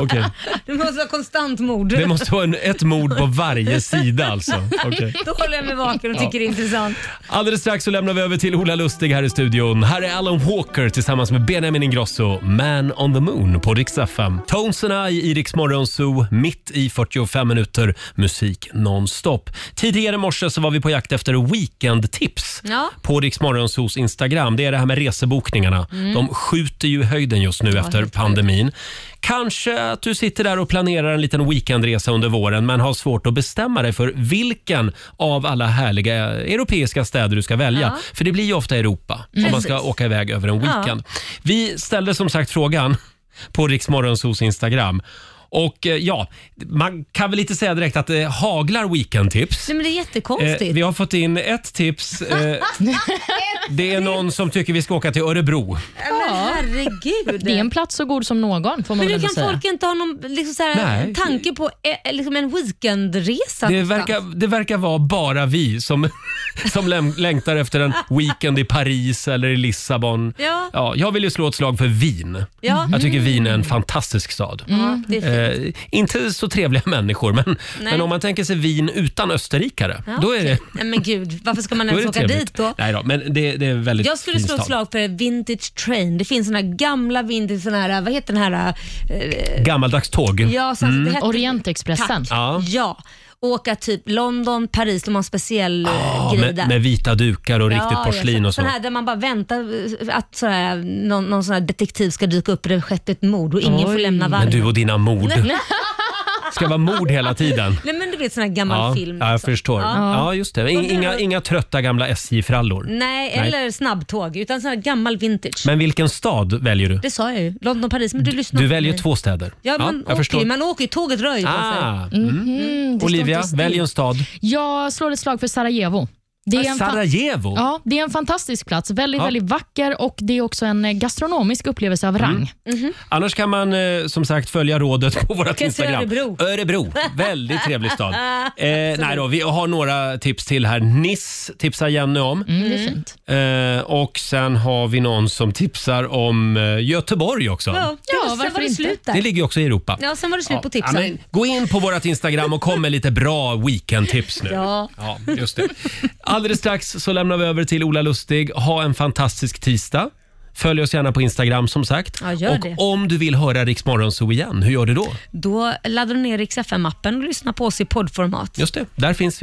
Okej.
Det måste vara konstant mord.
Det måste vara en, ett mord på varje sida alltså. Okej.
Då håller jag mig vaken och
Ja.
tycker det är intressant.
Alldeles strax så lämnar vi över till Ola Lustig här i studion. Här är Alan Walker tillsammans med Benjamin Ingrosso, Man on the Moon på Rix FM. Tones and I i Rix Morgon Zoo, mitt i 45 minuter musik nonstop. Tidigare i morse så var vi på jakt efter weekendtips
Ja.
på Rix Morgon Zoos Instagram. Det är det här med resebokningarna.
Mm.
De skjuter ju i höjden just nu
Ja,
efter
helt
pandemin. Kanske att du sitter där och planerar en liten weekendresa under våren men har svårt att bestämma dig för vilken av alla härliga europeiska städer du ska välja.
Ja.
För det blir ju ofta Europa om man
Precis.
ska åka iväg över en
Ja.
weekend. Vi ställde som sagt frågan på Riksmorgonsos Instagram. Och eh, ja, man kan väl inte säga direkt att det haglar weekendtips.
Nej, men det är jättekonstigt.
Eh, vi har fått in ett tips. Eh, det är någon som tycker vi ska åka till Örebro.
Men herregud.
Det är en plats så god som någon får man
Men hur
väl
kan
säga.
folk inte ha någon liksom så här,
Nej.
tanke på eh, liksom en weekendresa?
Det
någonstans?
verkar, det verkar vara bara vi som, som läm- längtar efter en weekend i Paris eller i Lissabon.
Ja.
jag vill ju slå ett slag för Wien.
Ja. Mm.
Jag tycker Wien är en fantastisk stad.
Ja, det är fint.
Mm. Eh, inte så trevliga människor, men,
Nej.
men om man tänker sig Wien utan österrikare,
Ja,
då är det,
Nej men gud, varför ska man
då är
ens
det
åka
trevligt.
dit då?
Nej då, men det, det är en väldigt
Jag skulle
fin
slå ett
stad.
slag för vintage train. Det finns såna här gamla vintage, såna här, vad heter den här? eh,
Gammaldags tåg.
Ja, så alltså, det hette-
Orientexpressen.
Tack.
Mm. Ja.
Ja. Åka typ London, Paris, de har en speciell eh,
Ja,
grej där.
med, med vita dukar och riktigt porslin
ja,
och så.
Sån här där man bara väntar eh, att så här, någon, någon sån här detektiv ska dyka upp och det har skett ett mord och ingen får lämna
Men
varvet.
du och dina mord.
Nej,
Ska vara mord hela tiden.
Nej men du vet sån här gammal
ja,
film.
Ja, jag förstår.
Ja.
Ja. just det. In- Inga, inga trötta gamla SJ-frallor.
Nej, eller snabbtåg. Utan sån här gammal vintage.
Men vilken stad väljer du?
Det sa jag ju. London, Paris. Men du lyssnar
Du
inte på
väljer
mig.
två städer.
Ja, man,
jag
åker,
förstår.
ju. man åker ju. Tåget rör ju på sig.
Ah, mm.
Mhm, det står
Olivia,
inte still.
välj en stad.
Jag slår ett slag för Sarajevo. Det
Ah,
fa-
Sarajevo?
Ja, det är en fantastisk plats. Väldigt,
Ja.
väldigt vacker och det är också en eh, gastronomisk upplevelse av
Mm.
rang.
Annars kan man eh, som sagt följa rådet på vårt
till
Instagram.
Örebro.
Örebro. Väldigt trevlig stad. Eh, nej då, vi har några tips till här. Niss tipsar Jenny om.
Mm, det är fint.
Eh, och sen har vi någon som tipsar om eh, Göteborg också.
Ja,
Ja,
sen
varför
var det
inte?
slut där.
Det ligger ju också i Europa.
Ja, sen var det slut på tipsen.
Ja, men gå in på vårt Instagram och kom med lite bra weekendtips nu.
Ja.
just det. Alldeles strax så lämnar vi över till Ola Lustig. Ha en fantastisk tisdag. Följ oss gärna på Instagram som sagt.
Ja, gör
och
det.
om du vill höra Rix Morgonzoo igen, hur gör du då?
Då laddar du ner Rix FM-appen och lyssnar på oss i poddformat.
Just det, där finns vi.